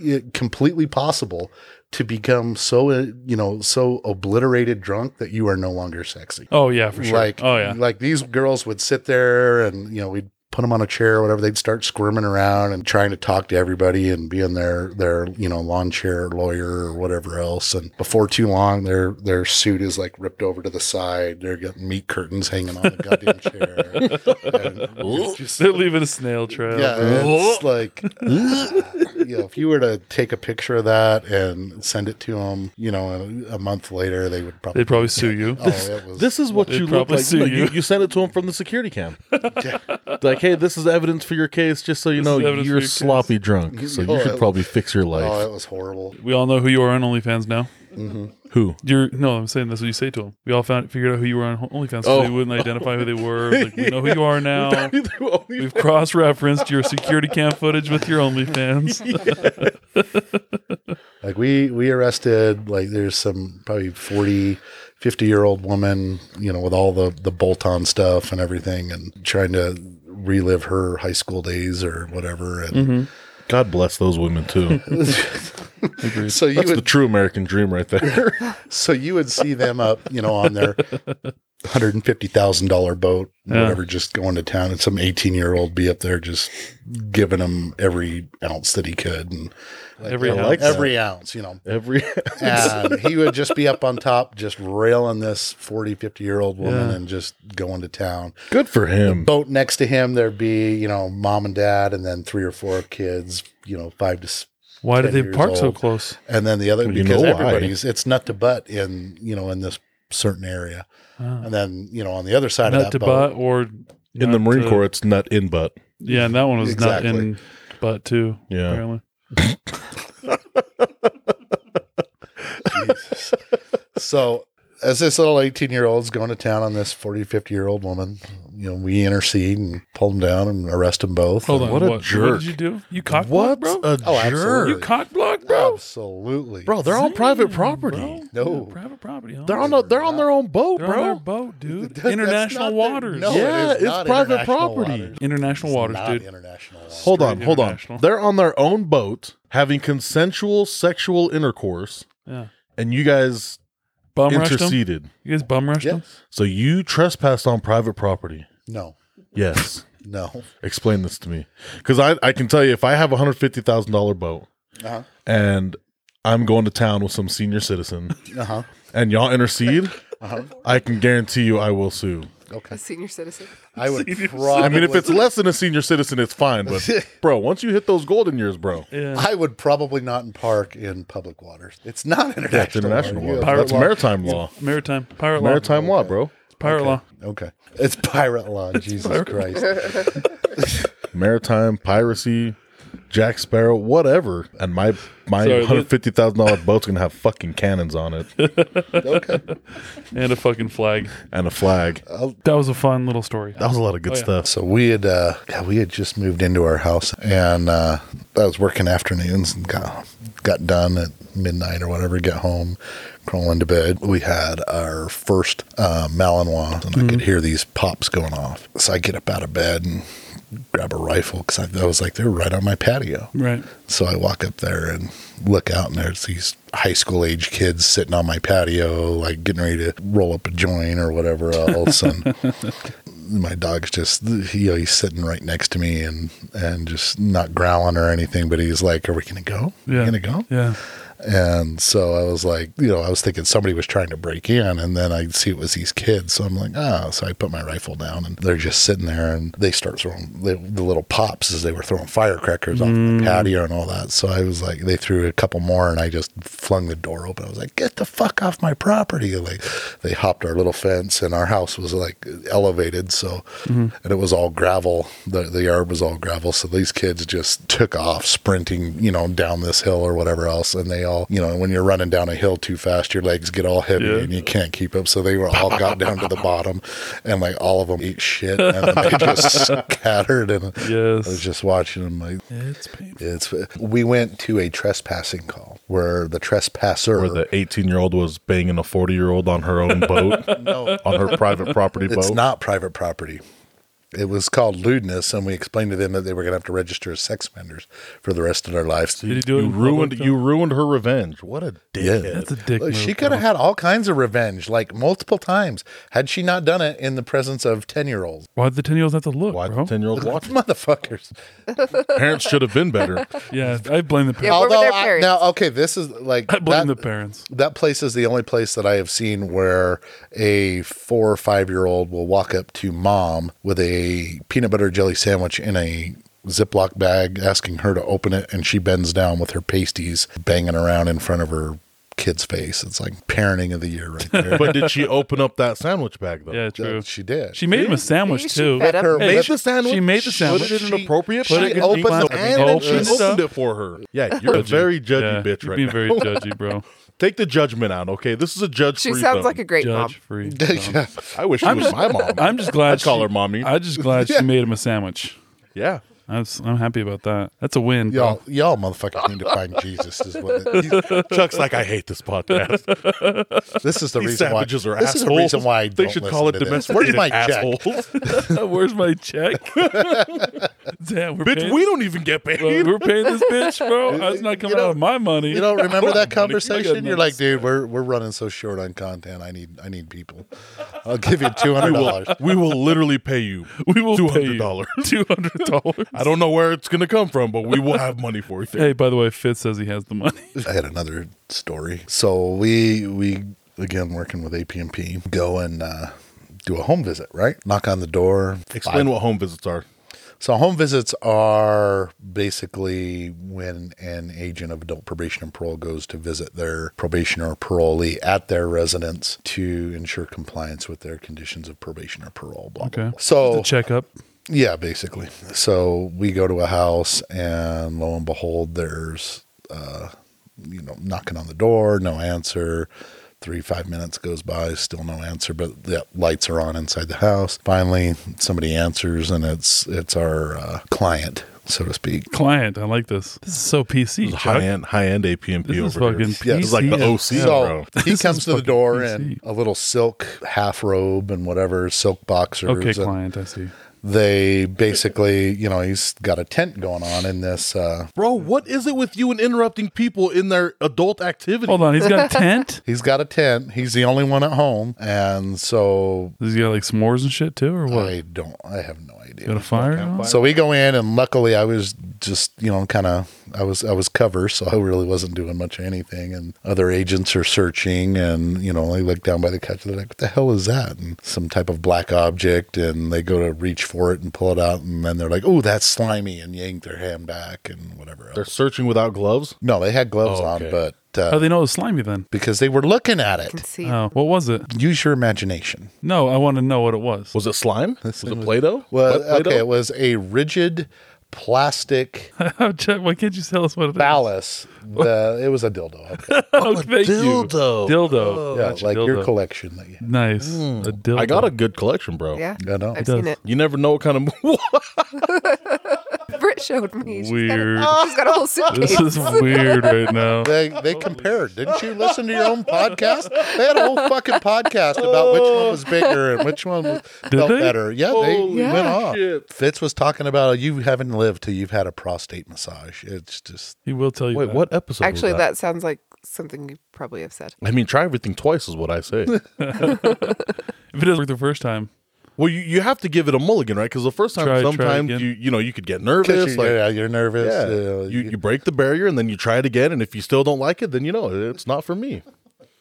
Speaker 4: it completely possible to become so uh, you know so obliterated drunk that you are no longer sexy
Speaker 1: oh, yeah, for sure.
Speaker 4: like
Speaker 1: oh, yeah.
Speaker 4: like these girls would sit there and you know we'd put them on a chair or whatever. They'd start squirming around and trying to talk to everybody and being their their you know lawn chair lawyer or whatever else. And before too long, their their suit is like ripped over to the side. They're getting meat curtains hanging on the goddamn chair. And just-
Speaker 1: They're leaving a snail trail.
Speaker 4: yeah, it's like you know, if you were to take a picture of that and send it to them, you know, a, a month later, they would probably
Speaker 1: They'd probably sue you.
Speaker 4: Oh, it was
Speaker 5: This is what
Speaker 1: They'd
Speaker 5: you look
Speaker 1: probably
Speaker 5: like.
Speaker 1: sue
Speaker 5: No,
Speaker 1: you.
Speaker 5: you. you sent it to him from the security cam. like, hey, this is evidence for your case, just so you
Speaker 1: This is
Speaker 5: know
Speaker 1: evidence for
Speaker 5: you're
Speaker 1: your case."
Speaker 5: sloppy drunk. So
Speaker 4: Oh,
Speaker 5: you should
Speaker 4: it-
Speaker 5: probably fix your life.
Speaker 4: oh, it was horrible.
Speaker 1: We all know who you are on OnlyFans now.
Speaker 5: Who?
Speaker 1: You're no, I'm saying that's what you say to them. We all found figured out who you were on OnlyFans, so
Speaker 5: Oh.
Speaker 1: they wouldn't identify who they were. Like, we know who you are now.
Speaker 5: Only-
Speaker 1: We've cross-referenced your security cam footage with your OnlyFans.
Speaker 4: Like we we arrested like there's some probably 40 50 year old woman, you know, with all the the bolt on stuff and everything and trying to relive her high school days or whatever and
Speaker 5: God bless those women too.
Speaker 4: so you
Speaker 5: That's the
Speaker 4: would
Speaker 5: true American dream right there.
Speaker 4: so you would see them up, you know, on their $150,000 boat, whatever, just going to town and some 18 year old be up there just giving them every ounce that he could and
Speaker 1: Every
Speaker 5: I
Speaker 1: house.
Speaker 5: like that.
Speaker 4: every ounce, you know.
Speaker 5: Every
Speaker 4: and he would just be up on top just railing this 40 50 year old woman
Speaker 1: Yeah.
Speaker 4: and just going to town
Speaker 5: good for him.
Speaker 4: boat next to him there'd be you know mom and dad and then three or four kids you know five to s-
Speaker 1: Why did
Speaker 4: 10
Speaker 1: they
Speaker 4: years
Speaker 1: park so
Speaker 4: old.
Speaker 1: close?
Speaker 4: and then the other
Speaker 5: Well, you
Speaker 4: because
Speaker 5: know why.
Speaker 4: everybody's it's nut to butt in you know in this certain area and then you know on the other side
Speaker 1: Nut
Speaker 4: of
Speaker 1: to
Speaker 4: that boat
Speaker 1: butt Ah. or
Speaker 5: In
Speaker 1: not
Speaker 5: the Marine
Speaker 1: to-
Speaker 5: Corps, it's nut in butt.
Speaker 1: Yeah, and that one was not
Speaker 4: Exactly.
Speaker 1: in butt too.
Speaker 5: Yeah.
Speaker 1: apparently.
Speaker 4: so as this little 18 year old's going to town on this 40 50 year old woman you know we intercede and pull them down and arrest them both
Speaker 1: Hold on,
Speaker 5: What
Speaker 1: what,
Speaker 5: a
Speaker 1: What
Speaker 5: jerk.
Speaker 1: did you do? You cock
Speaker 5: What
Speaker 1: blocked, bro?
Speaker 5: a
Speaker 4: Oh,
Speaker 5: jerk.
Speaker 4: absolutely.
Speaker 1: you cock blocked, bro?
Speaker 4: absolutely
Speaker 5: Bro, they're on private
Speaker 1: Damn,
Speaker 5: property.
Speaker 1: bro.
Speaker 4: No.
Speaker 1: Yeah, private property. Huh?
Speaker 5: They're on a, they're on their own boat,
Speaker 1: They're
Speaker 5: bro.
Speaker 1: on their boat, dude.
Speaker 4: That's
Speaker 1: international
Speaker 4: not their-
Speaker 1: waters.
Speaker 4: no, it
Speaker 5: Yeah,
Speaker 4: is
Speaker 5: it's
Speaker 4: not
Speaker 5: private
Speaker 4: international
Speaker 5: property.
Speaker 4: waters.
Speaker 1: International
Speaker 4: It's
Speaker 1: waters,
Speaker 4: not
Speaker 1: dude.
Speaker 4: International waters.
Speaker 5: hold on,
Speaker 1: Straight
Speaker 5: hold on.
Speaker 1: international.
Speaker 5: They're on their own boat having consensual sexual intercourse,
Speaker 1: yeah.
Speaker 5: and you guys
Speaker 1: Bum rushed them.
Speaker 5: interceded.
Speaker 1: You guys bum rushed them.
Speaker 4: Yes.
Speaker 5: So you trespassed on private property.
Speaker 4: No,
Speaker 5: Yes.
Speaker 4: no.
Speaker 5: Explain this to me. Because I, I can tell you, if I have a $150,000 boat
Speaker 4: Uh huh.
Speaker 5: and I'm going to town with some senior citizen
Speaker 4: Uh huh.
Speaker 5: and y'all intercede,
Speaker 4: Uh huh.
Speaker 5: I can guarantee you I will sue.
Speaker 4: Okay.
Speaker 3: A senior citizen.
Speaker 4: I would
Speaker 1: Senior
Speaker 4: probably.
Speaker 5: I mean, if it's less than a senior citizen, it's fine. But, bro, once you hit those golden years, bro,
Speaker 1: Yeah.
Speaker 4: I would probably not park in public waters. It's not international.
Speaker 5: that's international
Speaker 4: water.
Speaker 5: law.
Speaker 4: You have
Speaker 5: That's
Speaker 4: law.
Speaker 5: maritime law.
Speaker 1: Maritime pirate law.
Speaker 5: Maritime law, bro.
Speaker 1: pirate law.
Speaker 4: Okay, it's pirate law. Jesus Christ.
Speaker 5: maritime piracy, Jack Sparrow, whatever. And my my
Speaker 1: Sorry,
Speaker 5: hundred fifty thousand dollar boat's gonna have fucking cannons on it
Speaker 4: Okay.
Speaker 1: and a fucking flag.
Speaker 5: and a flag.
Speaker 1: That was a fun little story.
Speaker 5: That was a lot of
Speaker 1: Oh,
Speaker 5: good stuff.
Speaker 4: So we had uh, God, we had just moved into our house, and uh, I was working afternoons and got got done at midnight or whatever. Get home, crawl into bed. We had our first uh, Malinois, and I could hear these pops going off. So I get up out of bed and grab a rifle because I, I was like, they're right on my patio.
Speaker 1: Right.
Speaker 4: So I walk up there and look out, and there's these high school age kids sitting on my patio, like getting ready to roll up a joint or whatever else. And my dog's just, you know, he's sitting right next to me and and just not growling or anything, but he's like, "Are we gonna go?
Speaker 1: Yeah.
Speaker 4: We gonna go?"
Speaker 1: Yeah.
Speaker 4: And so I was like, you know, I was thinking somebody was trying to break in, and then I see it was these kids. So I'm like, ah. So I put my rifle down, and they're just sitting there, and they start throwing the, the little pops as they were throwing firecrackers off the patio and all that. So I was like, they threw a couple more, and I just flung the door open. I was like, get the fuck off my property! And like, they hopped our little fence, and our house was like elevated, so
Speaker 1: Mm-hmm.
Speaker 4: and it was all gravel. The the yard was all gravel, so these kids just took off sprinting, you know, down this hill or whatever else. And they all, you know, when you're running down a hill too fast, your legs get all heavy
Speaker 1: Yeah.
Speaker 4: and you can't keep up. So they were all got down to the bottom, and like all of them ate shit, and then they just scattered. And I was
Speaker 1: Yes.
Speaker 4: just watching them like.
Speaker 1: It's painful.
Speaker 4: It's we went to a trespassing call where the trespasser
Speaker 5: Where the eighteen year old was banging a forty year old on her own boat
Speaker 4: no
Speaker 5: on her private property
Speaker 4: It's
Speaker 5: boat.
Speaker 4: not private property. It was called lewdness, and we explained to them that they were going to have to register as sex offenders for the rest of their lives.
Speaker 1: Did he do it?
Speaker 5: You
Speaker 1: in
Speaker 5: ruined
Speaker 1: public,
Speaker 5: you ruined her revenge. What a
Speaker 4: Yeah.
Speaker 5: dickhead.
Speaker 1: That's a dick.
Speaker 4: Look, she
Speaker 1: move,
Speaker 4: could have
Speaker 1: Kyle.
Speaker 4: had all kinds of revenge, like multiple times, had she not done it in the presence of 10 year olds.
Speaker 1: Why'd the 10 year olds have to look,
Speaker 5: Why
Speaker 1: bro?
Speaker 5: ten year old watch?
Speaker 4: Motherfuckers.
Speaker 5: Parents should have been better.
Speaker 1: yeah, I blame the
Speaker 3: Yeah,
Speaker 1: parents.
Speaker 3: where were their
Speaker 4: I,
Speaker 3: parents?
Speaker 4: now, okay, this is like.
Speaker 1: I blame
Speaker 4: that-
Speaker 1: the parents.
Speaker 4: that place is the only place that I have seen where a four or five year old will walk up to mom with a peanut butter jelly sandwich in a Ziploc bag, asking her to open it, and she bends down with her pasties banging around in front of her kid's face. It's like parenting of the year right there.
Speaker 5: But did she open up that sandwich bag though?
Speaker 1: Yeah, true.
Speaker 4: That she did.
Speaker 1: She made him a sandwich,
Speaker 3: Maybe she
Speaker 1: too.
Speaker 3: fed him.
Speaker 4: Her-
Speaker 1: Hey,
Speaker 4: made
Speaker 1: she-
Speaker 4: the
Speaker 1: She made the sandwich.
Speaker 5: Was it
Speaker 4: She-
Speaker 5: inappropriate?
Speaker 4: she
Speaker 5: Put it in
Speaker 4: opened
Speaker 5: glass.
Speaker 4: the pan and
Speaker 5: She
Speaker 1: then she
Speaker 5: opened
Speaker 1: stuff.
Speaker 5: it for her. Yeah, you're a very judgy
Speaker 1: Yeah,
Speaker 5: bitch
Speaker 1: you're
Speaker 5: right
Speaker 1: being
Speaker 5: now.
Speaker 1: very judgy, bro.
Speaker 5: Take the judgment out, okay? This is a judge.
Speaker 3: She sounds like a great mom.
Speaker 1: Judge free.
Speaker 4: Yeah.
Speaker 5: I wish she was my mom.
Speaker 1: I'm just glad.
Speaker 5: I'd call
Speaker 1: she-
Speaker 5: her mommy.
Speaker 1: I'm just glad she made him a sandwich.
Speaker 5: yeah.
Speaker 1: I'm, s- I'm happy about that. That's a win, bro.
Speaker 4: Y'all, y'all motherfuckers need to find Jesus. Is what it-
Speaker 5: Chuck's like, I hate this podcast.
Speaker 4: this is the
Speaker 5: These
Speaker 4: reason why.
Speaker 5: savages are assholes.
Speaker 4: this is the reason why I
Speaker 5: they
Speaker 4: don't
Speaker 5: should
Speaker 4: listen
Speaker 5: call it
Speaker 4: to this.
Speaker 5: domesticated
Speaker 4: Where's my check?
Speaker 5: assholes.
Speaker 1: Where's my check? Damn, we're
Speaker 5: Bitch,
Speaker 1: paying,
Speaker 5: we don't even get paid.
Speaker 1: bro, we're paying this bitch, bro. That's not coming out of my money.
Speaker 4: You don't remember that conversation?
Speaker 1: Again,
Speaker 4: You're like, dude, we're we're running so short on content. I need I need people. I'll give you two hundred dollars.
Speaker 5: we will literally pay you.
Speaker 1: we will
Speaker 5: two
Speaker 1: pay
Speaker 5: hundred
Speaker 1: you
Speaker 5: dollars.
Speaker 1: two hundred dollars.
Speaker 5: I don't know where it's gonna come from, but we will have money for you.
Speaker 1: Hey, by the way, Fitz says he has the money.
Speaker 4: I had another story. So we we again working with APMP go and uh, do a home visit. Right, knock on the door.
Speaker 5: Explain what home visits are.
Speaker 4: So home visits are basically when an agent of adult probation and parole goes to visit their probationer or parolee at their residence to ensure compliance with their conditions of probation or parole. Blah, blah,
Speaker 1: Okay.
Speaker 4: blah. So
Speaker 1: The checkup.
Speaker 4: Yeah, basically. So we go to a house, and lo and behold, there's, uh, you know, knocking on the door, no answer. Three, five minutes goes by, still no answer, but the lights are on inside the house. Finally, somebody answers, and it's it's our uh, client, so to speak.
Speaker 1: Client, I like this. This is so PC.
Speaker 5: High
Speaker 1: Chuck.
Speaker 5: end, high end APMP
Speaker 1: This is
Speaker 5: over
Speaker 1: fucking
Speaker 5: here.
Speaker 1: PC.
Speaker 4: Yeah,
Speaker 5: This is like the OC,
Speaker 4: so
Speaker 5: bro.
Speaker 4: he
Speaker 1: This
Speaker 4: comes
Speaker 1: is
Speaker 4: to the
Speaker 1: fucking
Speaker 4: door
Speaker 1: PC.
Speaker 4: in a little silk half robe and whatever, silk boxers.
Speaker 1: Okay,
Speaker 4: and-
Speaker 1: client, I see.
Speaker 4: they basically, you know, he's got a tent going on in this. Uh,
Speaker 5: Bro, what is it with you and interrupting people in their adult activity?
Speaker 1: Hold on, he's got a tent.
Speaker 4: he's got a tent. He's the only one at home, and so
Speaker 1: Does he got like s'mores and shit too, or what?
Speaker 4: I uh, don't. I have no
Speaker 1: Got a
Speaker 4: idea.
Speaker 1: fire? going?
Speaker 4: So we go in, and luckily I was just, you know, kind of, I was, I was cover, so I really wasn't doing much of anything. And other agents are searching, and you know, they look down by the couch. They're like, "What the hell is that?" And some type of black object, and they go to reach for it and pull it out, and then they're like, "Oh, that's slimy," and yank their hand back and whatever. Else.
Speaker 5: They're searching without gloves.
Speaker 4: No, they had gloves
Speaker 5: Oh,
Speaker 4: on,
Speaker 5: okay.
Speaker 4: but
Speaker 1: How
Speaker 4: uh,
Speaker 1: do they know it's slimy then?
Speaker 4: because they were looking at it.
Speaker 3: See,
Speaker 1: Oh, what was it?
Speaker 4: Use your imagination.
Speaker 1: No, I want to know what it was.
Speaker 5: Was it slime? Was it Play-Doh?
Speaker 4: Well,
Speaker 5: Wet Play-Doh?
Speaker 4: okay, it was a rigid plastic
Speaker 1: Chuck, Why can't you tell us what it is?
Speaker 4: phallus. The, it was a dildo. Okay.
Speaker 1: Oh, thank you.
Speaker 5: dildo.
Speaker 1: Dildo.
Speaker 4: Yeah,
Speaker 1: Gotcha,
Speaker 4: like your
Speaker 1: dildo.
Speaker 4: collection that you have.
Speaker 1: Nice. A dildo.
Speaker 5: I got a good collection, bro.
Speaker 3: yeah,
Speaker 4: I know.
Speaker 3: I've
Speaker 4: It
Speaker 3: seen
Speaker 1: does.
Speaker 3: it.
Speaker 5: You never know what kind of
Speaker 3: Britt showed me. She's
Speaker 1: weird.
Speaker 3: Got a, she's got a whole suitcase.
Speaker 1: this is weird right now.
Speaker 4: They, they compared. Didn't you listen to your own podcast? They had a whole fucking podcast about which one was bigger and which one was, felt
Speaker 1: they?
Speaker 4: better. Yeah,
Speaker 5: Oh. Holy
Speaker 4: they went
Speaker 3: Yeah.
Speaker 4: off. Fitz was talking about you haven't lived till you've had a prostate massage. It's just
Speaker 1: He will tell you.
Speaker 5: Wait,
Speaker 1: that.
Speaker 5: what episode? was
Speaker 3: Actually,
Speaker 5: that?
Speaker 3: that sounds like something you probably have said.
Speaker 5: I mean, try everything twice is what I say.
Speaker 1: If it doesn't work the first time,
Speaker 5: well, you, you have to give it a mulligan, right? Because the first time,
Speaker 1: Try- try
Speaker 5: sometimes
Speaker 1: again.
Speaker 5: you you know you could get
Speaker 4: 'cause
Speaker 5: nervous.
Speaker 4: you,
Speaker 5: like,
Speaker 4: yeah, you're nervous.
Speaker 5: yeah.
Speaker 4: uh,
Speaker 5: you you break the barrier and then you try it again, and if you still don't like it, then you know it's not for me.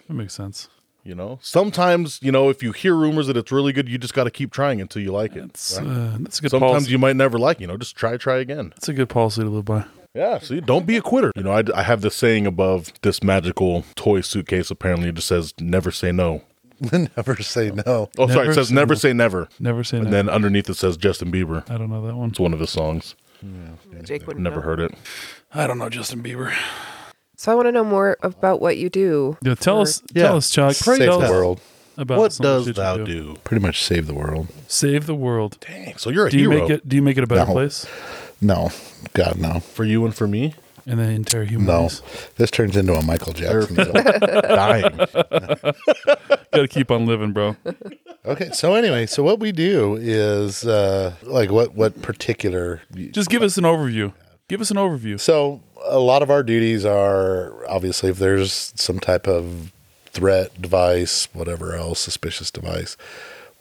Speaker 1: that makes sense.
Speaker 5: You know, sometimes you know if you hear rumors that it's really good, you just got to keep trying until you like it.
Speaker 1: It's, uh, that's a good
Speaker 5: Sometimes
Speaker 1: policy.
Speaker 5: you might never like, you know, just try, try again.
Speaker 1: that's a good policy to live by.
Speaker 5: Yeah, see, don't be a quitter. You know, I, I have this saying above this magical toy suitcase. Apparently, it just says "never say no."
Speaker 4: never say no.
Speaker 5: Oh, sorry,
Speaker 1: Never
Speaker 5: it says
Speaker 1: say
Speaker 5: "never say never,"
Speaker 1: Never say
Speaker 5: and
Speaker 1: no.
Speaker 5: then underneath it says Justin Bieber.
Speaker 1: I don't know that one.
Speaker 5: It's one of his songs.
Speaker 3: Jake would
Speaker 5: Never heard it.
Speaker 1: I don't know Justin Bieber.
Speaker 3: So I want to know more about what you do.
Speaker 1: Yeah, tell
Speaker 3: for-
Speaker 1: us, tell us,
Speaker 5: Uh,
Speaker 1: Chuck.
Speaker 4: Save
Speaker 1: tell
Speaker 4: the
Speaker 1: us
Speaker 4: world.
Speaker 1: About
Speaker 5: what
Speaker 1: some of the
Speaker 5: does
Speaker 1: shit you
Speaker 5: thou
Speaker 1: do.
Speaker 5: do?
Speaker 4: Pretty much save the world.
Speaker 1: Save the world.
Speaker 5: Dang, so you're a
Speaker 1: Do you
Speaker 5: hero
Speaker 1: make it? Do you make it a better
Speaker 4: No.
Speaker 1: place?
Speaker 4: No, God, no.
Speaker 5: for you and for me.
Speaker 1: and then entire human
Speaker 4: No,
Speaker 1: race.
Speaker 4: this turns into a Michael Jackson. film.
Speaker 2: Dying.
Speaker 1: Gotta keep on living, bro.
Speaker 4: okay, so anyway, so what we do is uh, like what what particular
Speaker 1: Just give us an overview. Give us an overview.
Speaker 4: So a lot of our duties are obviously if there's some type of threat device, whatever else, suspicious device,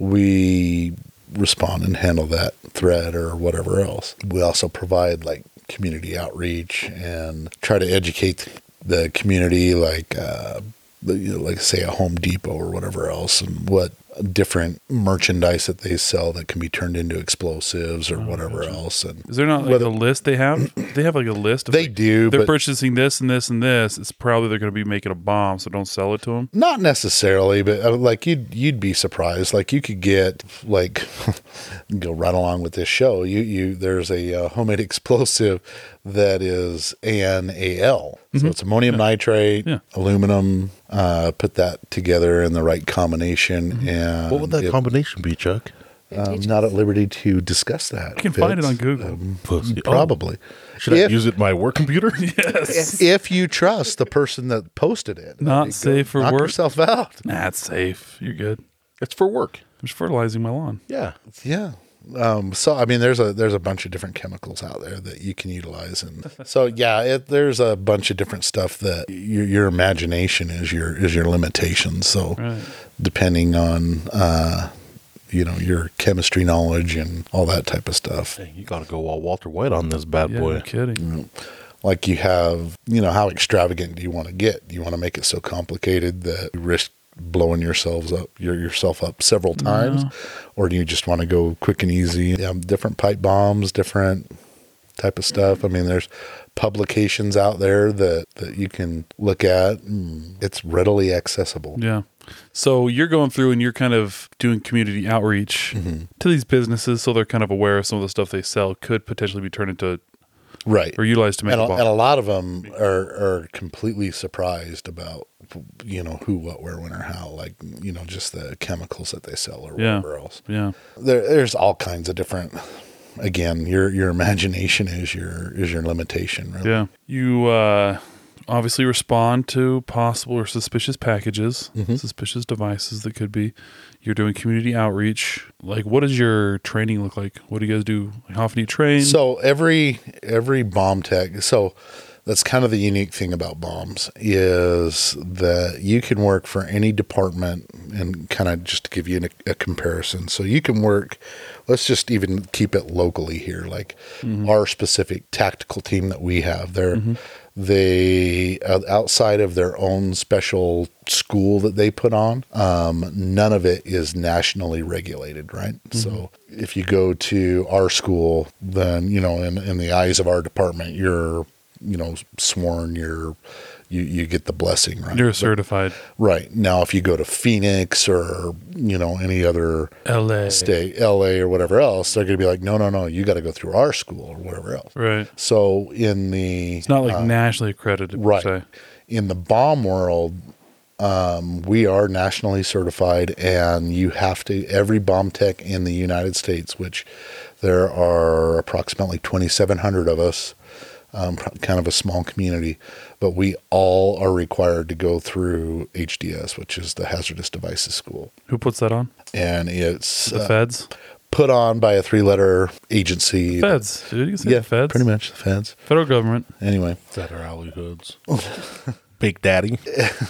Speaker 4: we respond and handle that threat or whatever else. We also provide like community outreach and try to educate the community, like uh, the- you know, like say a Home Depot or whatever else, and what different merchandise that they sell that can be turned into explosives or whatever else, and
Speaker 1: Is there not like
Speaker 4: Whether-
Speaker 1: a list they have? They have like a list. Of
Speaker 4: they
Speaker 1: like,
Speaker 4: do.
Speaker 1: They're
Speaker 4: but-
Speaker 1: purchasing this and this and this. It's probably they're going to be making a bomb, so don't sell it to them.
Speaker 4: Not necessarily, but uh, like you'd you'd be surprised. Like you could get like go right along with this show. You you there's a uh, homemade explosive that is ANAL, so it's ammonium nitrate,
Speaker 1: Mm-hmm. Yeah.
Speaker 4: aluminum. Uh, put that together in the right combination,
Speaker 1: Mm-hmm.
Speaker 4: and
Speaker 2: What would that
Speaker 4: it-
Speaker 2: combination be, Chuck?
Speaker 4: I'm not at liberty to discuss that.
Speaker 1: You can find it
Speaker 4: Fitz.
Speaker 1: on Google.
Speaker 4: um,
Speaker 2: Pussy. Oh,
Speaker 4: Probably.
Speaker 2: should
Speaker 4: if,
Speaker 2: I use it in my work computer?
Speaker 3: Yes.
Speaker 4: if you trust the person that posted it,
Speaker 1: Not
Speaker 4: I mean, go
Speaker 1: safe for
Speaker 4: knock
Speaker 1: work.
Speaker 4: yourself out.
Speaker 1: Nah, it's safe. You're good. I'm
Speaker 2: It's for work.
Speaker 1: just fertilizing my lawn.
Speaker 2: Yeah.
Speaker 4: Yeah. Um, so I mean, there's a there's a bunch of different chemicals out there that you can utilize, and so yeah, it, there's a bunch of different stuff that your, your imagination is your is your limitation. So
Speaker 1: Right.
Speaker 4: depending on uh, you know your chemistry knowledge and all that type of stuff,
Speaker 2: Dang, you got to go all Walter White on this bad
Speaker 1: Yeah,
Speaker 2: boy.
Speaker 1: no kidding.
Speaker 4: like you have you know how extravagant do you want to get? Do you want to make it so complicated that you risk blowing yourselves up your, yourself up several times,
Speaker 1: No.
Speaker 4: or do you just want to go quick and easy? Yeah, different pipe bombs, different type of stuff. I mean, there's publications out there that that you can look at. Mm, It's readily accessible.
Speaker 1: Yeah. So you're going through and you're kind of doing community outreach
Speaker 4: Mm-hmm.
Speaker 1: to these businesses, so they're kind of aware of some of the stuff they sell could potentially be turned into
Speaker 4: Right.
Speaker 1: or utilized to make
Speaker 4: and
Speaker 1: a
Speaker 4: a,
Speaker 1: bomb.
Speaker 4: and a lot of them are are completely surprised about you know who, what, where, when, or how. Like you know, just the chemicals that they sell or
Speaker 1: Yeah.
Speaker 4: whatever else.
Speaker 1: yeah.
Speaker 4: There, there's all kinds of different. Again, your your imagination is your is your limitation. Really.
Speaker 1: Yeah. You uh, obviously respond to possible or suspicious packages,
Speaker 4: Mm-hmm.
Speaker 1: suspicious devices that could be. You're doing community outreach. Like, what does your training look like? What do you guys do? Like, how often do you train?
Speaker 4: So every every bomb tech. So that's kind of the unique thing about bombs is that you can work for any department and kind of just to give you an, a comparison. So you can work. Let's just even keep it locally here, like our specific tactical team that we have. They're they uh, outside of their own special school that they put on um, none of it is nationally regulated right so if you go to our school then you know in, in the eyes of our department you're you know sworn you're you, you get the blessing right
Speaker 1: you're
Speaker 4: But-
Speaker 1: certified.
Speaker 4: right now if you go to phoenix or you know any other
Speaker 1: LA.
Speaker 4: state la or whatever else they're going to be like no no no you got to go through our school or whatever else
Speaker 1: Right.
Speaker 4: so in the
Speaker 1: It's not like nationally accredited. per
Speaker 4: Uh, Right.
Speaker 1: se.
Speaker 4: In the bomb world, um, we are nationally certified, and you have to, every bomb tech in the United States, which there are approximately 2,700 of us, um, pro- kind of a small community, but we all are required to go through HDS, which is the Hazardous Devices School.
Speaker 1: Who puts that on?
Speaker 4: And it's
Speaker 1: The
Speaker 4: uh,
Speaker 1: feds.
Speaker 4: put on by a three letter agency.
Speaker 1: Feds. Dude, you can say
Speaker 4: Yeah,
Speaker 1: the feds.
Speaker 4: pretty much the feds.
Speaker 1: Federal government.
Speaker 4: Anyway,
Speaker 2: Is that our alley hoods? Big Daddy.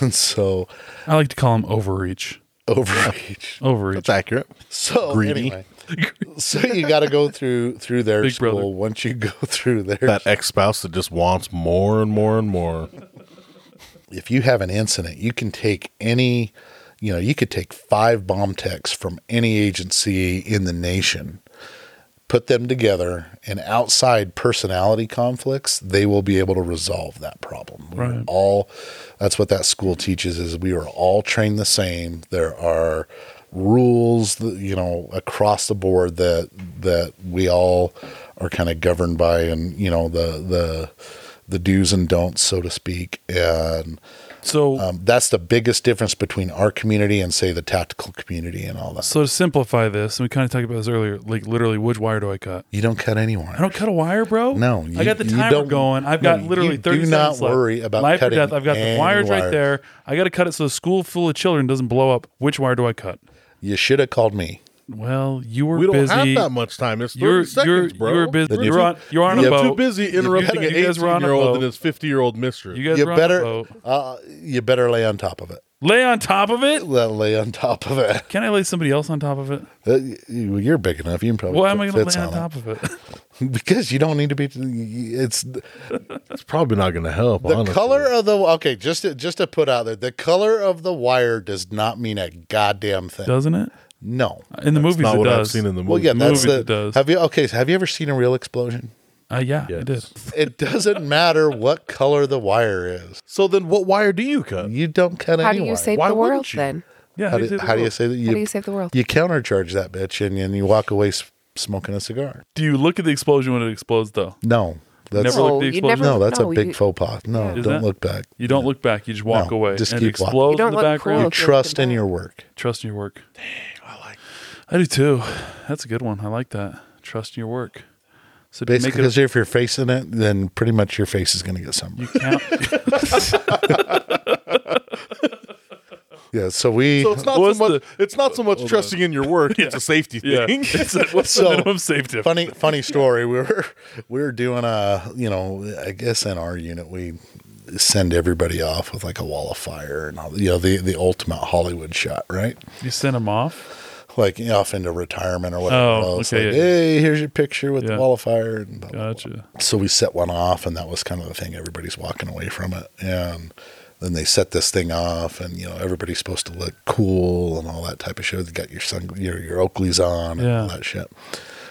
Speaker 4: and so
Speaker 1: I like to call them overreach.
Speaker 4: overreach.
Speaker 1: Overreach.
Speaker 2: That's accurate.
Speaker 4: So
Speaker 2: Greedy.
Speaker 4: anyway, so you got to go through through their
Speaker 1: Big
Speaker 4: school.
Speaker 1: brother.
Speaker 4: Once you go through their,
Speaker 2: That ex spouse that just wants more and more and more.
Speaker 4: if you have an incident, you can take any, you know, you could take five bomb techs from any agency in the nation, put them together, and outside personality conflicts, they will be able to resolve that problem. We are
Speaker 1: Right.
Speaker 4: All that's what that school teaches is we are all trained the same. There are rules, that, you know, across the board that that we all are kind of governed by, and you know the the the do's and don'ts, so to speak, and
Speaker 1: So,
Speaker 4: Um, that's the biggest difference between our community and, say, the tactical community and all that.
Speaker 1: so to simplify this, and we kind of talked about this earlier, like literally, which wire do I cut?
Speaker 4: you don't cut any wire.
Speaker 1: I don't cut a wire, bro.
Speaker 4: No,
Speaker 1: I
Speaker 4: you-
Speaker 1: got the
Speaker 4: you
Speaker 1: timer
Speaker 4: don't-
Speaker 1: going. I've
Speaker 4: no,
Speaker 1: got literally
Speaker 4: you do
Speaker 1: thirty seconds
Speaker 4: not
Speaker 1: left.
Speaker 4: worry about
Speaker 1: life or
Speaker 4: cutting
Speaker 1: death. I've got the
Speaker 4: any
Speaker 1: wires right
Speaker 4: wires.
Speaker 1: there. I got to cut it so the school full of children doesn't blow up. Which wire do I cut?
Speaker 4: You should have called me.
Speaker 1: Well, you were
Speaker 2: We don't
Speaker 1: busy.
Speaker 2: have that much time. It's 30
Speaker 1: You're
Speaker 2: seconds,
Speaker 1: you're
Speaker 2: bro.
Speaker 1: you're busy.
Speaker 4: Then you-
Speaker 1: You're on you're on a
Speaker 4: you're
Speaker 2: We're
Speaker 1: boat.
Speaker 2: too busy interrupting
Speaker 1: You
Speaker 2: an
Speaker 1: guys were on a
Speaker 2: 18 year old
Speaker 1: boat.
Speaker 2: and his 50 year old mistress.
Speaker 1: You guys
Speaker 4: you
Speaker 1: were on a
Speaker 4: better
Speaker 1: boat.
Speaker 4: uh, you better lay on top of it.
Speaker 1: lay on top of it.
Speaker 4: Let lay on top of it.
Speaker 1: Can I lay somebody else on top of it?
Speaker 4: Uh, you- You're big enough. You can probably.
Speaker 1: Why am
Speaker 4: put
Speaker 1: I going
Speaker 4: fits
Speaker 1: to lay on
Speaker 4: it.
Speaker 1: top of it?
Speaker 4: Because you don't need to be. It's the
Speaker 2: That's probably not going to help. honestly.
Speaker 4: color of the okay. Just to, just to put out there, the color of the wire does not mean a goddamn thing.
Speaker 1: Doesn't it?
Speaker 4: no.
Speaker 1: In the movies,
Speaker 2: not
Speaker 1: it
Speaker 2: what
Speaker 1: does.
Speaker 2: I've seen in the movie.
Speaker 4: Well, yeah,
Speaker 1: Movies
Speaker 4: that's the.
Speaker 1: it does.
Speaker 4: Have you okay? so Have you ever seen a real explosion?
Speaker 1: Uh, yeah,
Speaker 2: Yes.
Speaker 1: it did.
Speaker 4: It doesn't matter what color the wire is.
Speaker 2: So then, what wire do you cut?
Speaker 4: You don't cut
Speaker 3: How
Speaker 4: any
Speaker 3: do you
Speaker 4: wire.
Speaker 3: save
Speaker 2: Why
Speaker 3: the
Speaker 2: wouldn't
Speaker 3: world
Speaker 2: you?
Speaker 3: then?
Speaker 1: Yeah.
Speaker 4: How
Speaker 1: they
Speaker 4: do,
Speaker 1: did
Speaker 4: how do you
Speaker 1: look.
Speaker 4: say that? You,
Speaker 3: How do you save the world?
Speaker 4: you countercharge that bitch and, and you walk away s- smoking a cigar.
Speaker 1: Do you look at the explosion when it explodes though?
Speaker 4: No, that's
Speaker 1: Never look at the
Speaker 3: Oh, you
Speaker 1: explosion.
Speaker 3: never-
Speaker 4: no, that's a
Speaker 3: no,
Speaker 4: big
Speaker 3: you-
Speaker 4: faux pas. No,
Speaker 1: Is
Speaker 4: don't
Speaker 1: that-
Speaker 4: look back.
Speaker 1: You don't look back. You just walk
Speaker 4: No,
Speaker 1: away.
Speaker 4: just
Speaker 1: and it
Speaker 4: keep walking.
Speaker 1: explodes
Speaker 3: You don't
Speaker 1: in the
Speaker 3: look
Speaker 1: background.
Speaker 4: You
Speaker 3: cool. Oh, Okay,
Speaker 4: trust
Speaker 3: good
Speaker 4: in
Speaker 3: night.
Speaker 4: your work.
Speaker 1: Trust in your work. Dang, I like. I do too. That's a good one. I like that. Trust in your work. So to
Speaker 4: Basically,
Speaker 1: make it,
Speaker 4: because if you're facing it, then pretty much your face is going to get sunburned.
Speaker 1: a count.
Speaker 4: Yeah. So we.
Speaker 2: So it's not
Speaker 1: What's
Speaker 2: so much.
Speaker 1: the-
Speaker 2: it's not so much trusting in your work. It's a safety
Speaker 1: yeah.
Speaker 2: thing.
Speaker 1: It's like, what's
Speaker 4: So-
Speaker 1: the minimum safety?
Speaker 4: funny funny story we were we were doing a you know i guess in our unit we send everybody off with like a wall of fire and all you know the the ultimate hollywood shot right
Speaker 1: You sent him off.
Speaker 4: like you know, off into retirement or whatever
Speaker 1: Oh,
Speaker 4: It's
Speaker 1: okay,
Speaker 4: like,
Speaker 1: yeah, yeah.
Speaker 4: hey here's your picture with
Speaker 1: Yeah.
Speaker 4: the wall of fire and blah, blah, blah.
Speaker 1: Gotcha.
Speaker 4: so we set one off and that was kind of the thing everybody's walking away from it and then they set this thing off and you know everybody's supposed to look cool and all that type of shit they got your sun your, your oakleys on and all
Speaker 1: Yeah.
Speaker 4: that shit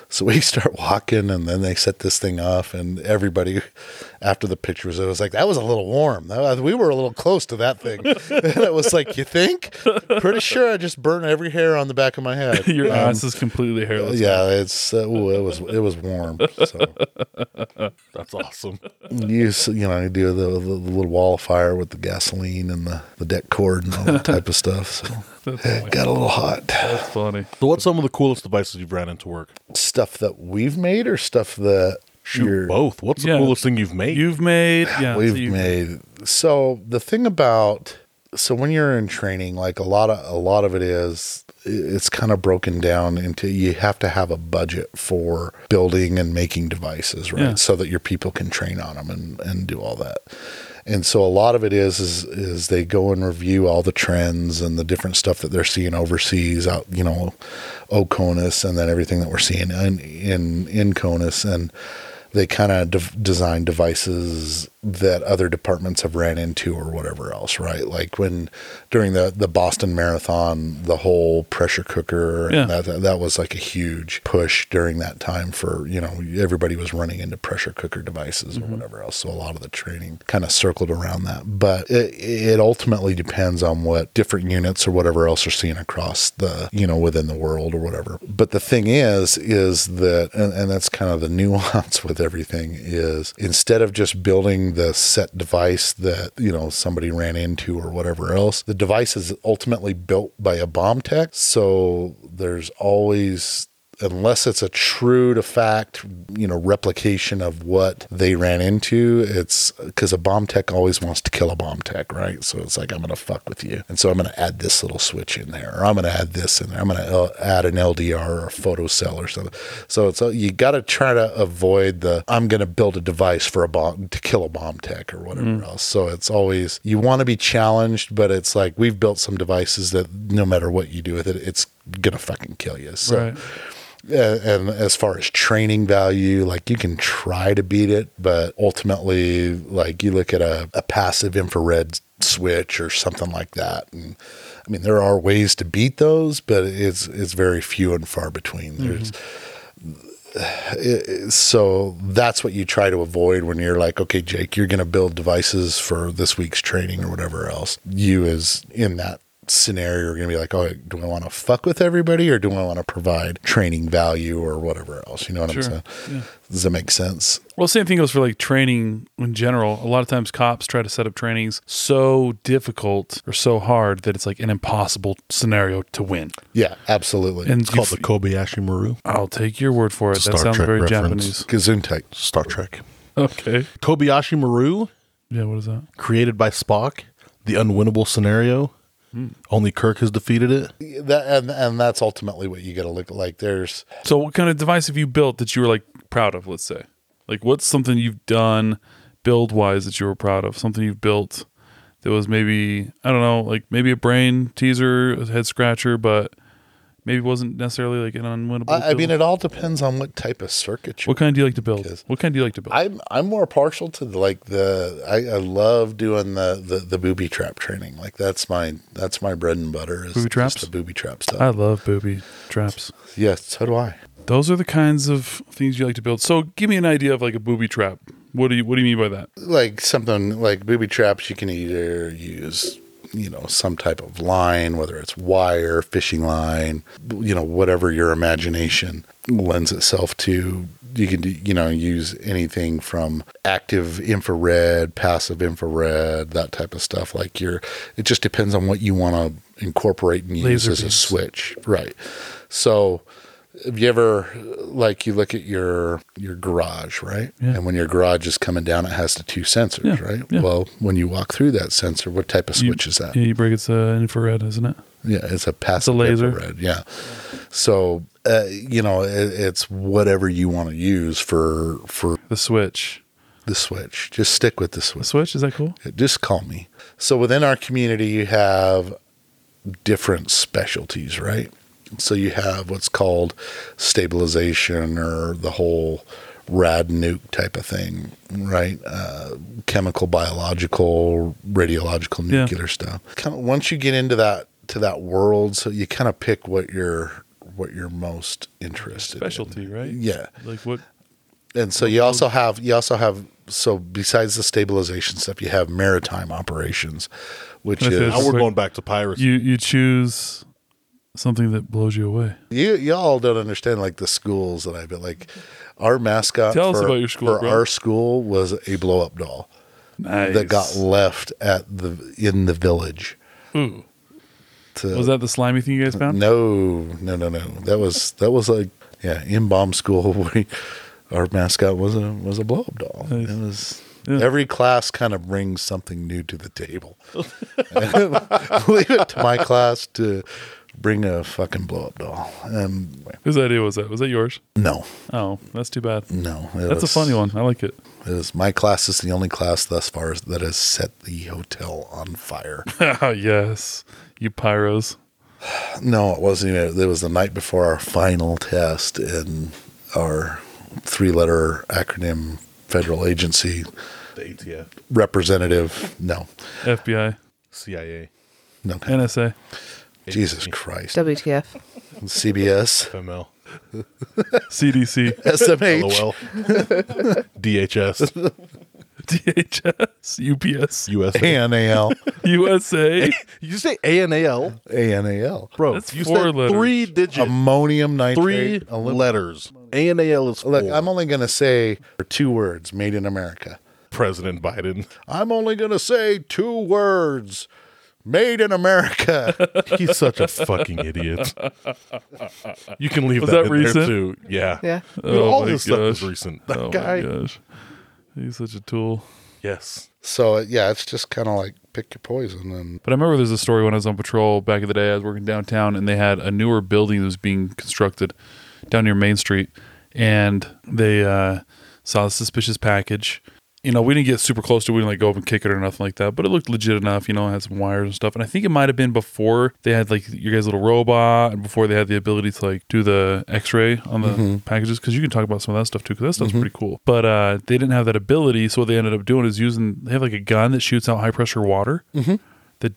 Speaker 4: so we start walking and then they set this thing off and everybody after the picture was it was like that was a little warm That- we were a little close to that thing and it was like you think pretty sure i just burned every hair on the back of my head
Speaker 1: Your
Speaker 4: Um,
Speaker 1: ass is completely hairless.
Speaker 4: yeah it's uh, ooh, it was it was warm so
Speaker 2: That's awesome.
Speaker 4: you s- you know you do the, the, the little wall of fire with the gasoline and the, the deck cord and all that type of stuff. So it got a little hot.
Speaker 1: That's funny.
Speaker 2: So, what's some of the coolest devices you've ran into work?
Speaker 4: Stuff that we've made or stuff that
Speaker 2: Shoot,
Speaker 4: you're-
Speaker 2: both. What's
Speaker 1: Yeah.
Speaker 2: the coolest thing you've made?
Speaker 1: You've made. Yeah. so
Speaker 4: we've
Speaker 1: you-
Speaker 4: made. So the thing about so when you're in training, like a lot of a lot of it is i- it's kind of broken down into you have to have a budget for building and making devices, right?
Speaker 1: Yeah.
Speaker 4: So that your people can train on them and and do all that. And so a lot of it is is is they go and review all the trends and the different stuff that they're seeing overseas out, you know, Oconus and then everything that we're seeing in in, in Conus and they kind of de- design devices that other departments have ran into or whatever else, right? Like when during the, the Boston Marathon, the whole pressure cooker and
Speaker 1: Yeah.
Speaker 4: that, that that was like a huge push during that time for you know everybody was running into pressure cooker devices or whatever else. So a lot of the training kind of circled around that, but it, it ultimately depends on what different units or whatever else are seeing across the you know within the world or whatever. But the thing is, is that and, and that's kind of the nuance with everything is instead of just building the set device that you know somebody ran into or whatever else, the device is ultimately built by a bomb tech. So there's always unless it's a true to fact, you know, replication of what they ran into, it's because a bomb tech always wants to kill a bomb tech, right? So it's like, I'm going to fuck with you. And so I'm going to add this little switch in there, or I'm going to add this in there. I'm going to add an LDR or a photo cell or something. So it's, you got to try to avoid the, I'm going to build a device for a bomb to kill a bomb tech or whatever else. So it's always, you want to be challenged, but it's like, we've built some devices that no matter what you do with it, it's going to fucking kill you. So
Speaker 1: Right.
Speaker 4: uh, and as far as training value, like you can try to beat it, but ultimately, like you look at a, a passive infrared switch or something like that. And I mean, there are ways to beat those, but it's it's very few and far between. There's so that's what you try to avoid when you're like, okay, Jake, you're going to build devices for this week's training or whatever else. You is in that scenario you're going to be like, oh, do I want to fuck with everybody or do I want to provide training value or whatever else? You know what
Speaker 1: Sure.
Speaker 4: I'm saying? Does that make sense?
Speaker 1: Well, same thing goes for like training in general. A lot of times cops try to set up trainings so difficult or so hard that it's like an impossible scenario to win.
Speaker 4: Yeah, absolutely.
Speaker 1: And you
Speaker 5: It's called
Speaker 1: f-
Speaker 5: the Kobayashi Maru.
Speaker 1: I'll take your word for it.
Speaker 5: It's a
Speaker 1: That
Speaker 5: Star
Speaker 1: sounds
Speaker 5: Trek
Speaker 1: very
Speaker 5: reference.
Speaker 4: Gesundheit.
Speaker 5: Star Trek.
Speaker 1: Japanese. Okay.
Speaker 5: Kobayashi Maru,
Speaker 1: Yeah, what is that?
Speaker 5: created by Spock, the unwinnable scenario.
Speaker 1: Hmm.
Speaker 5: Only Kirk has defeated it.
Speaker 4: That, and, and that's ultimately what you got to look like. There's
Speaker 1: So, what kind of device have you built that you were like proud of? Let's say, like, what's something you've done build wise that you were proud of? Something you've built that was maybe I don't know, like maybe a brain teaser, a head scratcher, but maybe wasn't necessarily like an unwinnable.
Speaker 4: I, I
Speaker 1: build?
Speaker 4: mean, it all depends on what type of circuit you
Speaker 1: what kind do you like to build?
Speaker 4: Yes.
Speaker 1: What kind do you like to build?
Speaker 4: I'm I'm more partial to the, like the I, I love doing the, the the booby trap training. Like that's my that's my bread and butter is
Speaker 1: Booby
Speaker 4: just
Speaker 1: traps? Oh.
Speaker 4: the booby trap
Speaker 1: I
Speaker 4: stuff.
Speaker 1: love booby traps.
Speaker 4: Yes, so do I.
Speaker 1: Those are the kinds of things you like to build. So, give me an idea of like a booby trap. What do you What do you mean by that?
Speaker 4: Like something like booby traps you can either use you know some type of line whether it's wire fishing line you know whatever your imagination lends itself to you can do, you know use anything from active infrared passive infrared that type of stuff like your it just depends on what you want to incorporate and use
Speaker 1: Laser
Speaker 4: as a
Speaker 1: beams.
Speaker 4: switch right so have you ever like you look at your your garage right
Speaker 1: Yeah.
Speaker 4: and when your garage is coming down it has the two sensors
Speaker 1: Yeah,
Speaker 4: right
Speaker 1: yeah.
Speaker 4: well when you walk through that sensor what type of switch
Speaker 1: you,
Speaker 4: is that
Speaker 1: Yeah, you break it's uh, infrared, isn't it?
Speaker 4: yeah, it's a passive
Speaker 1: laser.
Speaker 4: infrared. Yeah. So uh, you know, it, it's whatever you want to use for for
Speaker 1: The switch.
Speaker 4: the switch. Just stick with the
Speaker 1: The
Speaker 4: switch.
Speaker 1: switch is that cool?
Speaker 4: Just call me. So within our community, you have different specialties, right? So you have what's called stabilization or the whole rad nuke type of thing, right? Uh, chemical, biological, radiological,
Speaker 1: Yeah.
Speaker 4: nuclear stuff. Kind of, once you get into that to that world, so you kind of pick what you're what you're most interested
Speaker 1: Specialty, right?
Speaker 4: in. Yeah
Speaker 1: Like what?
Speaker 4: and so you also have you also have so besides the stabilization stuff, you have maritime operations, which
Speaker 1: That's
Speaker 4: is
Speaker 1: it.
Speaker 5: Now we're
Speaker 1: Quick.
Speaker 5: going back to piracy.
Speaker 1: you you choose something that blows you away.
Speaker 4: you y'all don't understand like the schools that I've been like. Our mascot
Speaker 1: Tell us
Speaker 4: for,
Speaker 1: about your school,
Speaker 4: for
Speaker 1: bro.
Speaker 4: our school was a blow up doll
Speaker 1: Nice.
Speaker 4: that got left at the in the village.
Speaker 1: Ooh.
Speaker 4: To,
Speaker 1: Was that the slimy thing you guys found?
Speaker 4: No, no, no, no. That was that was like yeah, in bomb school. We, our mascot was a was a blow up doll.
Speaker 1: Nice.
Speaker 4: It was
Speaker 1: Yeah.
Speaker 4: every class kind of brings something new to the table. Leave it to my class to bring a fucking blow up doll. And
Speaker 1: Whose idea was that? Was that yours?
Speaker 4: no,
Speaker 1: Oh, that's too bad.
Speaker 4: no, it
Speaker 1: That's a
Speaker 4: was-
Speaker 1: funny one. I like it.
Speaker 4: It was my class is the only class thus far that has set the hotel on fire.
Speaker 1: yes, you pyros.
Speaker 4: No, it wasn't. Even, it was the night before our final test, and our three-letter acronym federal agency
Speaker 5: The ATF,
Speaker 4: representative. No,
Speaker 1: FBI,
Speaker 5: CIA,
Speaker 4: no,
Speaker 1: NSA.
Speaker 4: Jesus Christ,
Speaker 3: WTF.
Speaker 4: CBS,
Speaker 5: FML,
Speaker 1: CDC,
Speaker 4: SMH,
Speaker 5: LOL, DHS,
Speaker 1: DHS, UPS,
Speaker 5: USA.
Speaker 4: ANAL,
Speaker 1: USA.
Speaker 5: You say ANAL,
Speaker 4: ANAL,
Speaker 5: bro?
Speaker 1: That's
Speaker 5: Oh, you
Speaker 1: four
Speaker 5: said
Speaker 1: letters.
Speaker 5: three digits,
Speaker 4: ammonium
Speaker 5: three
Speaker 4: nitrate. alu-
Speaker 5: letters. ANAL is
Speaker 4: Look,
Speaker 5: four.
Speaker 4: I'm only going to say two words: "Made in America."
Speaker 5: President Biden.
Speaker 4: I'm only going to say two words: "Made in America."
Speaker 5: He's such a fucking idiot. You can leave
Speaker 1: Was
Speaker 5: that,
Speaker 1: that
Speaker 5: in
Speaker 1: recent?
Speaker 5: there too. Yeah.
Speaker 3: Yeah.
Speaker 5: Dude,
Speaker 1: Oh
Speaker 5: all
Speaker 1: my
Speaker 5: this stuff is
Speaker 1: gosh.
Speaker 5: recent. That
Speaker 1: oh
Speaker 5: guy.
Speaker 1: my gosh, he's such a tool.
Speaker 5: Yes.
Speaker 4: so yeah, it's just kind of like pick your poison and.
Speaker 1: But I remember there's a story when I was on patrol back in the day. I was working downtown, and they had a newer building that was being constructed down near Main Street, and they uh, saw a suspicious package. You know, we didn't get super close to. it. We didn't like go up and kick it or nothing like that. But it looked legit enough. You know, it had some wires and stuff. And I think it might have been before they had like your guys' little robot, and before they had the ability to like do the X-ray on the packages. Because you can talk about some of that stuff too. Because that stuff's pretty cool. But uh, they didn't have that ability, so what they ended up doing is using. They have like a gun that shoots out high pressure water that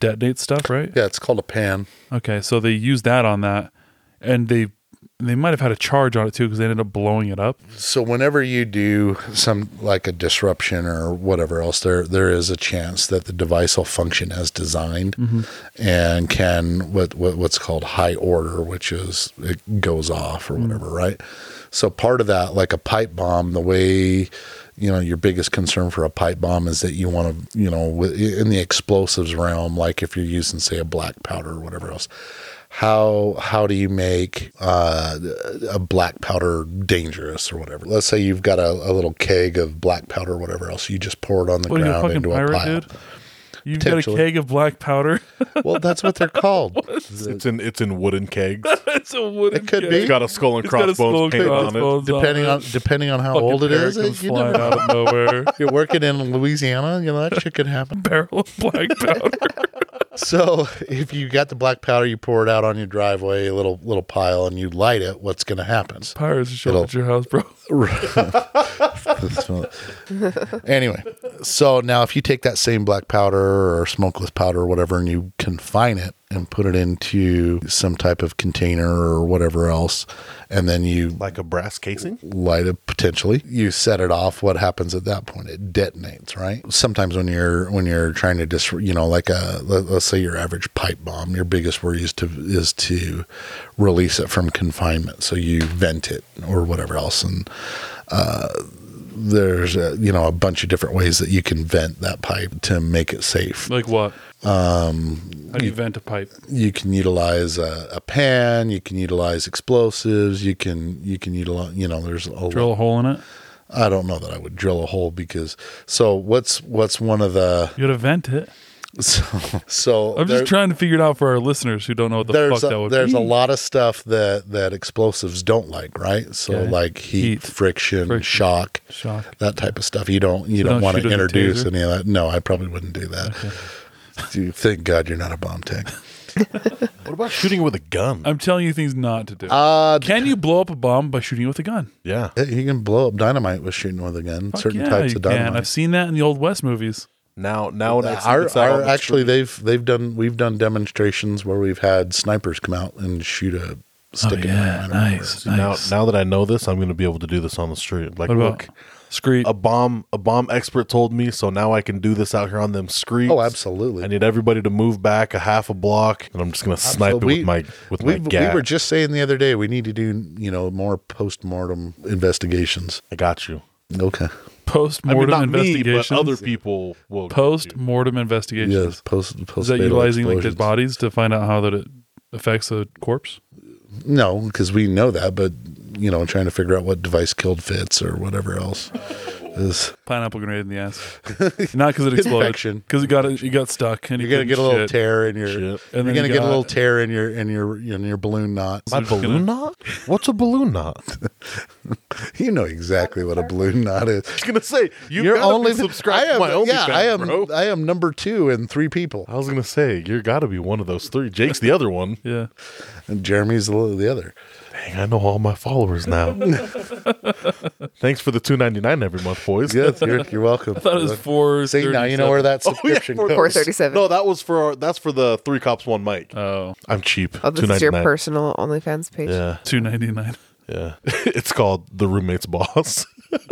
Speaker 1: detonates stuff, right?
Speaker 4: Yeah, it's called a pan.
Speaker 1: Okay, so they used that on that, and they And they might have had a charge on it too because they ended up blowing it up.
Speaker 4: So whenever you do some like a disruption or whatever else, there there is a chance that the device will function as designed and can what, what what's called high order, which is it goes off or whatever, right? So part of that, like a pipe bomb, the way you know your biggest concern for a pipe bomb is that you want to you know wi- in the explosives realm, like if you're using say a black powder or whatever else. How how do you make uh, a black powder dangerous or whatever. Let's say you've got a, a little keg of black powder or whatever else. You just pour it on the
Speaker 1: What are you, a fucking
Speaker 4: ground into a
Speaker 1: pirate,
Speaker 4: pile.
Speaker 1: dude? You've got a
Speaker 4: Potentially.
Speaker 1: keg of black powder.
Speaker 4: Well, that's what they're called.
Speaker 5: It's in it's in wooden kegs.
Speaker 1: it's a wooden.
Speaker 4: It could
Speaker 1: keg.
Speaker 4: be.
Speaker 2: It's got a skull and
Speaker 1: It's got a skull
Speaker 2: crossbones painted on it.
Speaker 1: crossbones
Speaker 4: depending
Speaker 1: it.
Speaker 4: on depending on how
Speaker 1: Fucking
Speaker 4: old it
Speaker 1: parrot
Speaker 4: is,
Speaker 1: comes
Speaker 4: it- you
Speaker 1: flying
Speaker 4: never,
Speaker 1: out of nowhere.
Speaker 4: you're working in Louisiana, you know that shit could happen.
Speaker 1: Barrel of black powder.
Speaker 4: So if you got the black powder, you pour it out on your driveway, a little little pile, and you light it. What's going to happen?
Speaker 1: Pirates are showing up
Speaker 4: It'll-
Speaker 1: at your house, bro.
Speaker 4: anyway, so now if you take that same black powder or smokeless powder or whatever and you confine it and put it into some type of container or whatever else, and then you
Speaker 5: like a brass casing?
Speaker 4: light it potentially you set it off what happens at that point it detonates right sometimes when you're when you're trying to dis you know like a let, let's say your average pipe bomb your biggest worry is to is to release it from confinement so you vent it or whatever else and uh there's a, you know a bunch of different ways that you can vent that pipe to make it safe
Speaker 1: Like what? Um, How do you vent a pipe?
Speaker 4: you can utilize a, a pan you can utilize explosives you can you can utilize you know there's a lot
Speaker 1: Drill a hole in it.
Speaker 4: I don't know that I would drill a hole because so what's what's one of the
Speaker 1: You gotta vent it.
Speaker 4: so, so
Speaker 1: I'm
Speaker 4: there-
Speaker 1: just trying to figure it out for our listeners who don't know what the fuck
Speaker 4: there's
Speaker 1: that
Speaker 4: a,
Speaker 1: would
Speaker 4: there's
Speaker 1: be.
Speaker 4: a lot of stuff that that explosives don't like right so
Speaker 1: Okay.
Speaker 4: like heat,
Speaker 1: Heat.
Speaker 4: friction,
Speaker 1: Friction.
Speaker 4: shock
Speaker 1: Shock.
Speaker 4: that type of stuff you don't you
Speaker 1: So
Speaker 4: don't
Speaker 1: don't
Speaker 4: want
Speaker 1: shoot
Speaker 4: to
Speaker 1: it with a
Speaker 4: introduce
Speaker 1: taser?
Speaker 4: any of that no I probably wouldn't do that Dude, thank God you're not a bomb tech
Speaker 5: What about shooting with a gun?
Speaker 1: I'm telling you things not to do.
Speaker 4: uh
Speaker 1: Can you blow up a bomb by shooting it with a gun?
Speaker 5: yeah.
Speaker 4: you can blow up dynamite with shooting with a gun
Speaker 1: Fuck
Speaker 4: certain
Speaker 1: yeah,
Speaker 4: types
Speaker 1: you
Speaker 4: of
Speaker 1: can.
Speaker 4: dynamite
Speaker 1: I've seen that in the old West movies.
Speaker 5: Now now when it's,
Speaker 4: our,
Speaker 5: Oh, it's out
Speaker 4: our-
Speaker 5: on the
Speaker 4: actually
Speaker 5: street-
Speaker 4: they've they've done we've done demonstrations where we've had snipers come out and shoot a stick of dynamite or whatever.
Speaker 5: now now that I know this, I'm gonna be able to do this on the street. Like
Speaker 1: what about
Speaker 5: look,
Speaker 1: Screet?
Speaker 5: a bomb a bomb expert told me, so now I can do this out here on them streets.
Speaker 4: Oh, absolutely.
Speaker 5: I need everybody to move back a half a block, and I'm just gonna snipe
Speaker 4: Absolutely.
Speaker 5: it with my with
Speaker 4: we,
Speaker 5: my
Speaker 4: we
Speaker 5: gat.
Speaker 4: were just saying the other day we need to do you know more post-mortem investigations.
Speaker 5: I got you.
Speaker 4: Okay.
Speaker 1: Post
Speaker 5: I mean,
Speaker 1: mortem
Speaker 5: not me,
Speaker 1: investigations.
Speaker 5: but other people will.
Speaker 1: Post mortem investigations.
Speaker 4: Yes. Post. post
Speaker 1: Is that utilizing like dead bodies to find out how that it affects a corpse?
Speaker 4: No, because we know that, but you know, trying to figure out what device killed Fitz or whatever else is.
Speaker 1: Pineapple grenade in the ass. Not because it exploded.
Speaker 4: Infection.
Speaker 1: Because it got it got stuck, and
Speaker 4: You're gonna get a little tear in your.
Speaker 5: Shit.
Speaker 1: And
Speaker 4: you're
Speaker 1: then
Speaker 4: gonna
Speaker 1: you
Speaker 4: get a
Speaker 1: got-
Speaker 4: little tear in your in your in your balloon knot.
Speaker 5: My
Speaker 1: just gonna-
Speaker 5: balloon knot? What's a balloon knot? I
Speaker 4: You know exactly what a balloon knot is.
Speaker 5: was gonna say you
Speaker 4: You're
Speaker 5: gotta
Speaker 4: only
Speaker 5: be subscribed
Speaker 4: I
Speaker 5: to
Speaker 4: am,
Speaker 5: my OnlyFans,
Speaker 4: yeah, I am.
Speaker 5: bro.
Speaker 4: I am number two in three people,
Speaker 1: Oh.
Speaker 5: I was gonna say you got to be one of those three. Jake's the other one.
Speaker 1: Yeah,
Speaker 4: and Jeremy's the, the other.
Speaker 5: Dang, I know all my followers now. Thanks for the two ninety nine every month, boys.
Speaker 4: Yes, you're, you're welcome.
Speaker 1: I thought it was four. Oh,
Speaker 4: See now you know where that subscription
Speaker 5: for-
Speaker 4: goes.
Speaker 3: 437.
Speaker 5: Oh, No, that was for our, that's for the three cops one mic.
Speaker 1: Oh,
Speaker 5: Uh, I'm cheap.
Speaker 3: Oh, this is your
Speaker 5: $2.99.
Speaker 3: personal OnlyFans page.
Speaker 5: Yeah,
Speaker 1: two ninety nine.
Speaker 5: yeah. it's called the roommate's boss.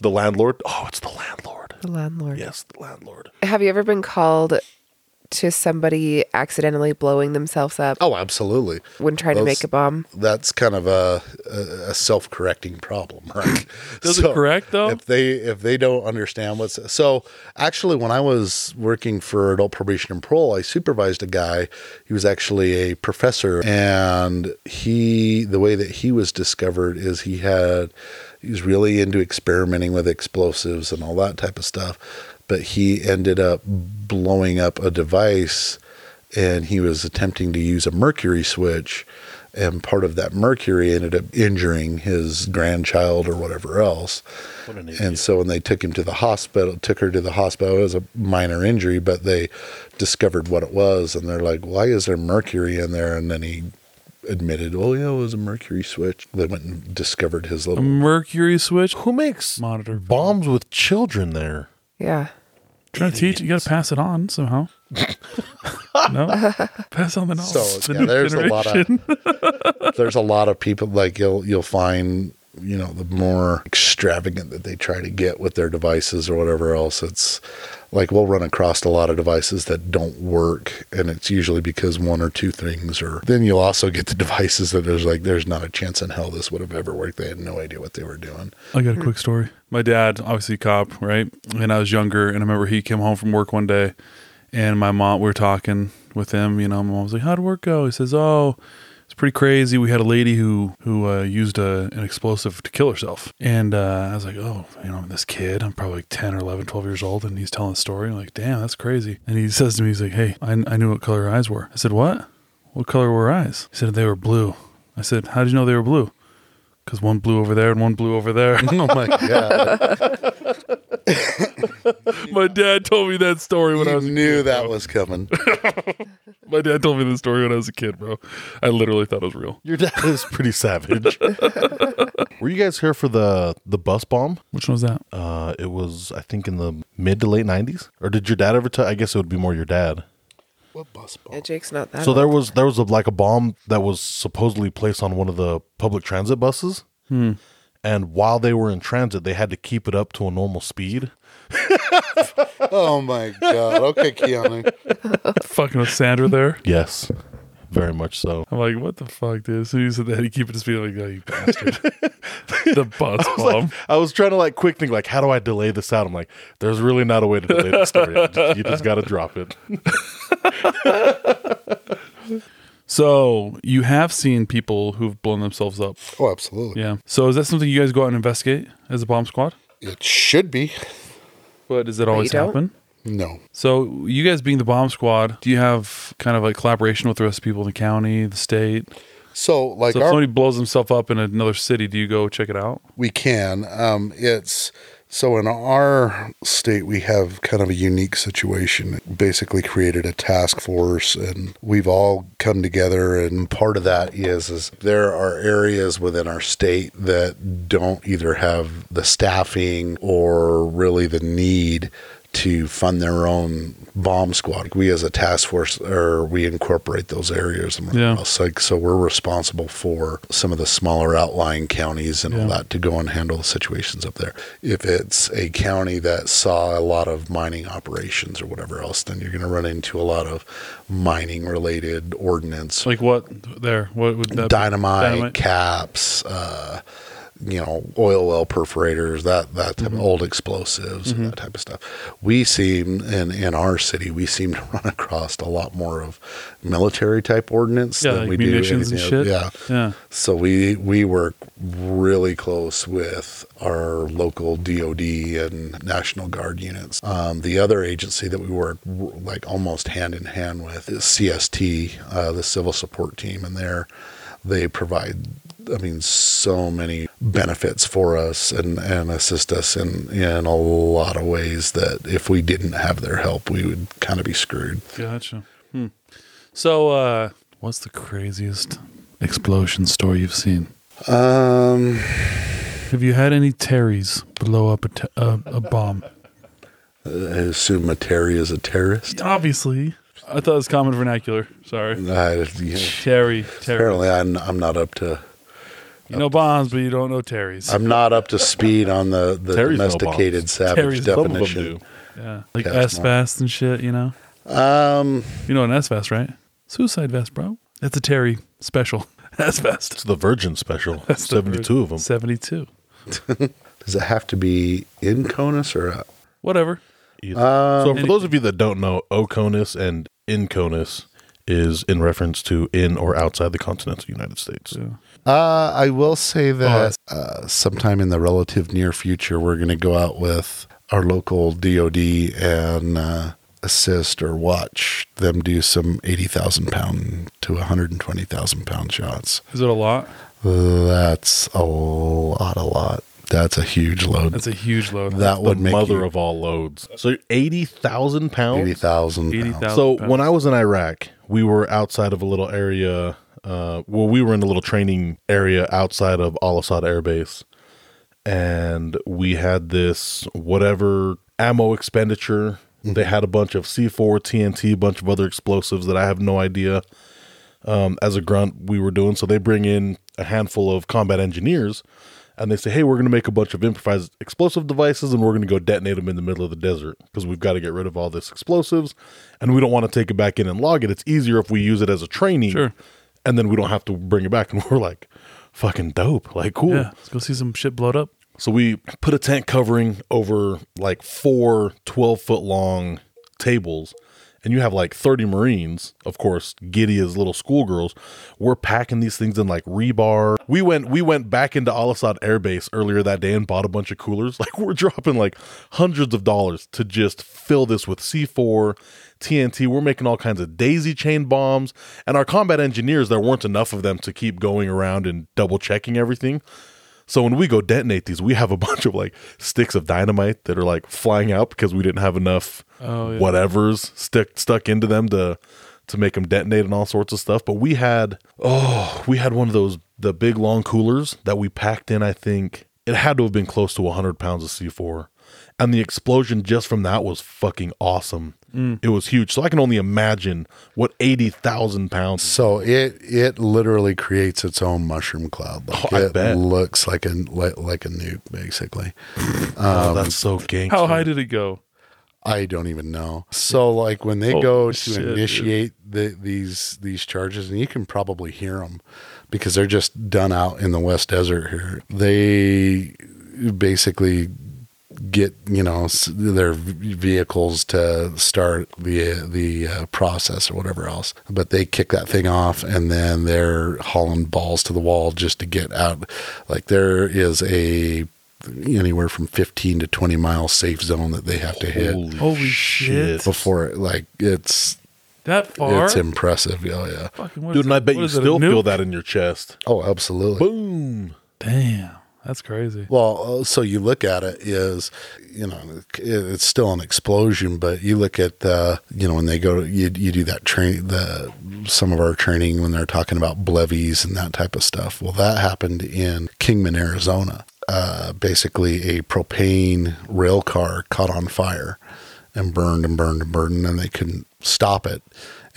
Speaker 5: the landlord. Oh, it's the landlord.
Speaker 3: The landlord.
Speaker 5: Yes, the landlord.
Speaker 3: Have you ever been called to somebody accidentally blowing themselves up
Speaker 4: Oh, absolutely.
Speaker 3: when trying to
Speaker 4: those-
Speaker 3: make a bomb?
Speaker 4: That's kind of a a, a self correcting problem, right?
Speaker 1: Does it correct, though?
Speaker 4: If they if they don't understand what's so actually when I was working for adult probation and parole, I supervised a guy. He was actually a professor, and he the way that he was discovered is he had he was really into experimenting with explosives and all that type of stuff, but he ended up blowing up a device and he was attempting to use a mercury switch and part of that mercury ended up injuring his grandchild or whatever else and so when they took him to the hospital took her to the hospital it was a minor injury but they discovered what it was and they're like why is there mercury in there and then he admitted oh yeah it was a mercury switch they went and discovered his
Speaker 1: A
Speaker 4: little
Speaker 1: mercury switch
Speaker 5: Who makes
Speaker 1: monitor.
Speaker 5: bombs with children there?
Speaker 3: Yeah.
Speaker 1: Trying to teach you got to pass it on somehow. no, pass on the knowledge.
Speaker 4: So
Speaker 1: to the
Speaker 4: yeah,
Speaker 1: new
Speaker 4: there's a lot
Speaker 1: generation.
Speaker 4: of there's a lot of people like you'll you'll find you know the more extravagant that they try to get with their devices or whatever else it's like we'll run across a lot of devices that don't work and it's usually because one or two things or then you'll also get the devices that there's like there's not a chance in hell this would have ever worked they had no idea what they were doing
Speaker 1: I got a quick story. My dad, obviously a cop, right? And I was younger, and I remember he came home from work one day, and my mom, we were talking with him. You know, my mom was like, "How'd work go?" He says, "Oh, it's pretty crazy. We had a lady who who uh, used a, an explosive to kill herself." And uh, I was like, "Oh, you know, I'm this kid. I'm probably like 10 or 11, 12 years old, and he's telling a story. I'm like, damn, that's crazy." And he says to me, "He's like, hey, I, I knew what color her eyes were." I said, "What? What color were her eyes?" He said, "They were blue." I said, "How did you know they were blue?" Because one blew over there and one blew over there.
Speaker 4: oh my god
Speaker 1: My dad told me that story when I
Speaker 4: you
Speaker 1: was.
Speaker 4: knew that was coming
Speaker 1: My dad told me the story when I was a kid, bro. I literally thought it was real.
Speaker 5: Your dad is pretty savage. Were you guys here for the the bus bomb?
Speaker 1: Which one was that?
Speaker 5: Uh, it was I think in the mid to late '90s. Or did your dad ever tell? I guess it would be more your dad.
Speaker 4: what bus
Speaker 3: Yeah, Jake's not that.
Speaker 5: So there
Speaker 3: old.
Speaker 5: was there was a, like a bomb that was supposedly placed on one of the public transit buses, and while they were in transit, they had to keep it up to a normal speed.
Speaker 4: oh my god okay keanu
Speaker 1: Fucking with Sandra there.
Speaker 5: Yes, very much so.
Speaker 1: I'm like, what the fuck, dude? So he said that he keep it to speed. I'm like, oh, you bastard. the bus bomb.
Speaker 5: I was trying to like quick think like, how do I delay this out? I'm like, there's really not a way to delay this story. You just- you just got to drop it.
Speaker 1: so you have seen people who've blown themselves up.
Speaker 4: oh absolutely
Speaker 1: Yeah. So is that something you guys go out and investigate as a bomb squad?
Speaker 4: it should be
Speaker 1: But does it always
Speaker 3: don't?
Speaker 1: happen?
Speaker 4: no
Speaker 1: So you guys being the bomb squad, do you have kind of like collaboration with the rest of people in the county, the state?
Speaker 4: so like
Speaker 1: So if
Speaker 4: our
Speaker 1: somebody blows himself up in another city, do you go check it out?
Speaker 4: we can. Um, it's so in our state, we have kind of a unique situation. Basically, created a task force, and we've all come together. And part of that is, is there are areas within our state that don't either have the staffing or really the need to fund their own bomb squad. We as a task force, or we incorporate those areas. And
Speaker 1: Yeah.
Speaker 4: so, like, so we're responsible for some of the smaller outlying counties and all
Speaker 1: Yeah.
Speaker 4: that to go and handle the situations up there. If it's a county that saw a lot of mining operations or whatever else, then you're going to run into a lot of mining related ordinance,
Speaker 1: Like what there? What would that be?
Speaker 4: dynamite,
Speaker 1: Dynamite.
Speaker 4: caps, uh, you know, oil well perforators, that that
Speaker 1: Mm-hmm.
Speaker 4: type of old explosives and that type of stuff. We seem in in our city, we seem to run across a lot more of military type ordinance
Speaker 1: yeah,
Speaker 4: than
Speaker 1: like
Speaker 4: we
Speaker 1: munitions
Speaker 4: do
Speaker 1: and
Speaker 4: anything
Speaker 1: shit.
Speaker 4: else. Yeah.
Speaker 1: yeah.
Speaker 4: So we we work really close with our local DoD and National Guard units. Um, the other agency that we work w- like almost hand in hand with is CST, uh, the Civil Support Team, and there they provide. I mean, so many benefits for us and, and assist us in, in a lot of ways that if we didn't have their help, we would kind of be screwed.
Speaker 1: Gotcha. Hmm. So, uh, what's the craziest explosion story you've seen?
Speaker 4: Um,
Speaker 1: Have you had any Terry's blow up a, t- a, a bomb?
Speaker 4: I assume Materi is a terrorist.
Speaker 1: Obviously. I thought it was common vernacular. Sorry.
Speaker 4: I, yeah.
Speaker 1: Terry, Terry.
Speaker 4: Apparently, I'm I'm not up to
Speaker 1: You know bombs, but you don't know Terry's.
Speaker 4: I'm not up to speed on the the
Speaker 5: Terry's no
Speaker 4: domesticated savage
Speaker 1: Terry's- some
Speaker 5: Some of them
Speaker 4: definition.
Speaker 5: do.
Speaker 1: yeah. Like
Speaker 4: Yeah, it's
Speaker 1: S Vest and shit, you know?
Speaker 4: Um,
Speaker 1: You know an S Vest, right? Suicide Vest, bro. That's a Terry special. S Vest.
Speaker 5: It's the Virgin special.
Speaker 1: That's the-
Speaker 5: 72 of them.
Speaker 1: 72.
Speaker 4: does it have to be in CONUS or uh, out?
Speaker 1: Whatever.
Speaker 4: Um,
Speaker 5: so for those of you that don't know, Oconus and Inconus is in reference to in or outside the continental United States.
Speaker 4: Uh, I will say that uh, sometime in the relative near future, we're going to go out with our local DOD and uh, assist or watch them do some eighty thousand pound to one hundred and twenty thousand pound shots.
Speaker 1: Is it a lot?
Speaker 4: That's a lot, a lot. That's a huge load.
Speaker 1: That's a huge load.
Speaker 4: that
Speaker 5: The
Speaker 4: would make
Speaker 5: mother
Speaker 4: you
Speaker 5: of all loads. So 80,000 pounds?
Speaker 4: eighty thousand.
Speaker 1: 80,000.
Speaker 5: So
Speaker 1: pounds.
Speaker 5: when I was in Iraq, we were outside of a little area. Uh, well, we were in a little training area outside of Al Asad Air Base, and we had this whatever ammo expenditure They had a bunch of C4, TNT, a bunch of other explosives that I have no idea um, as a grunt we were doing. So they bring in a handful of combat engineers and they say, hey, we're going to make a bunch of improvised explosive devices and we're going to go detonate them in the middle of the desert because we've got to get rid of all this explosives and we don't want to take it back in and log it. It's easier if we use it as a training
Speaker 1: Sure.
Speaker 5: and then we don't have to bring it back. And we're like, fucking dope. Like, cool.
Speaker 1: Yeah, let's go see some shit blowed up.
Speaker 5: So we put a tent covering over like four 12 foot long tables, and you have like 30 Marines, of course, giddy as little schoolgirls. We're packing these things in like rebar. We went we went back into Al Asad Air Base earlier that day and bought a bunch of coolers. Like we're dropping like hundreds of dollars to just fill this with C4, TNT. We're making all kinds of daisy chain bombs. And our combat engineers, there weren't enough of them to keep going around and double checking everything. So when we go detonate these, we have a bunch of like sticks of dynamite that are like flying out because we didn't have enough
Speaker 1: Oh, yeah.
Speaker 5: whatever's stuck stuck into them to to make them detonate and all sorts of stuff. But we had oh we had one of those the big long coolers that we packed in. I think it had to have been close to 100 pounds of C4, and the explosion just from that was fucking awesome.
Speaker 1: Mm.
Speaker 5: It was huge. So I can only imagine what 80,000 pounds.
Speaker 4: So it it literally creates its own mushroom cloud. Like
Speaker 5: Oh, I
Speaker 4: it
Speaker 5: bet.
Speaker 4: looks like a like, like a nuke, basically.
Speaker 5: Oh, that's so gangster.
Speaker 1: How high did it go?
Speaker 4: I don't even know. So like when they
Speaker 1: Oh,
Speaker 4: go to
Speaker 1: shit, dude.
Speaker 4: initiate the, these these charges, and you can probably hear them because they're just done out in the West Desert here. They basically get you know s- their v- vehicles to start the the uh, process or whatever else but they kick that thing off and then they're hauling balls to the wall just to get out like there is a anywhere from 15 to 20 mile safe zone that they have to hit
Speaker 1: Holy shit.
Speaker 4: before it like it's
Speaker 1: That far?
Speaker 4: it's impressive yeah yeah
Speaker 1: Fucking what is
Speaker 5: Dude, and
Speaker 1: it-
Speaker 5: I bet
Speaker 1: what
Speaker 5: you
Speaker 1: is it, a
Speaker 5: still feel
Speaker 1: nuke?
Speaker 5: that in your chest.
Speaker 4: oh absolutely
Speaker 5: Boom.
Speaker 1: Damn, that's crazy.
Speaker 4: Well, uh, so you look at it is, you know, it- it's still an explosion, but you look at the, you know, when they go, you, you do that train, the, some of our training when they're talking about blevies and that type of stuff. Well, that happened in Kingman, Arizona. Uh, basically a propane rail car caught on fire and burned and burned and burned and they couldn't stop it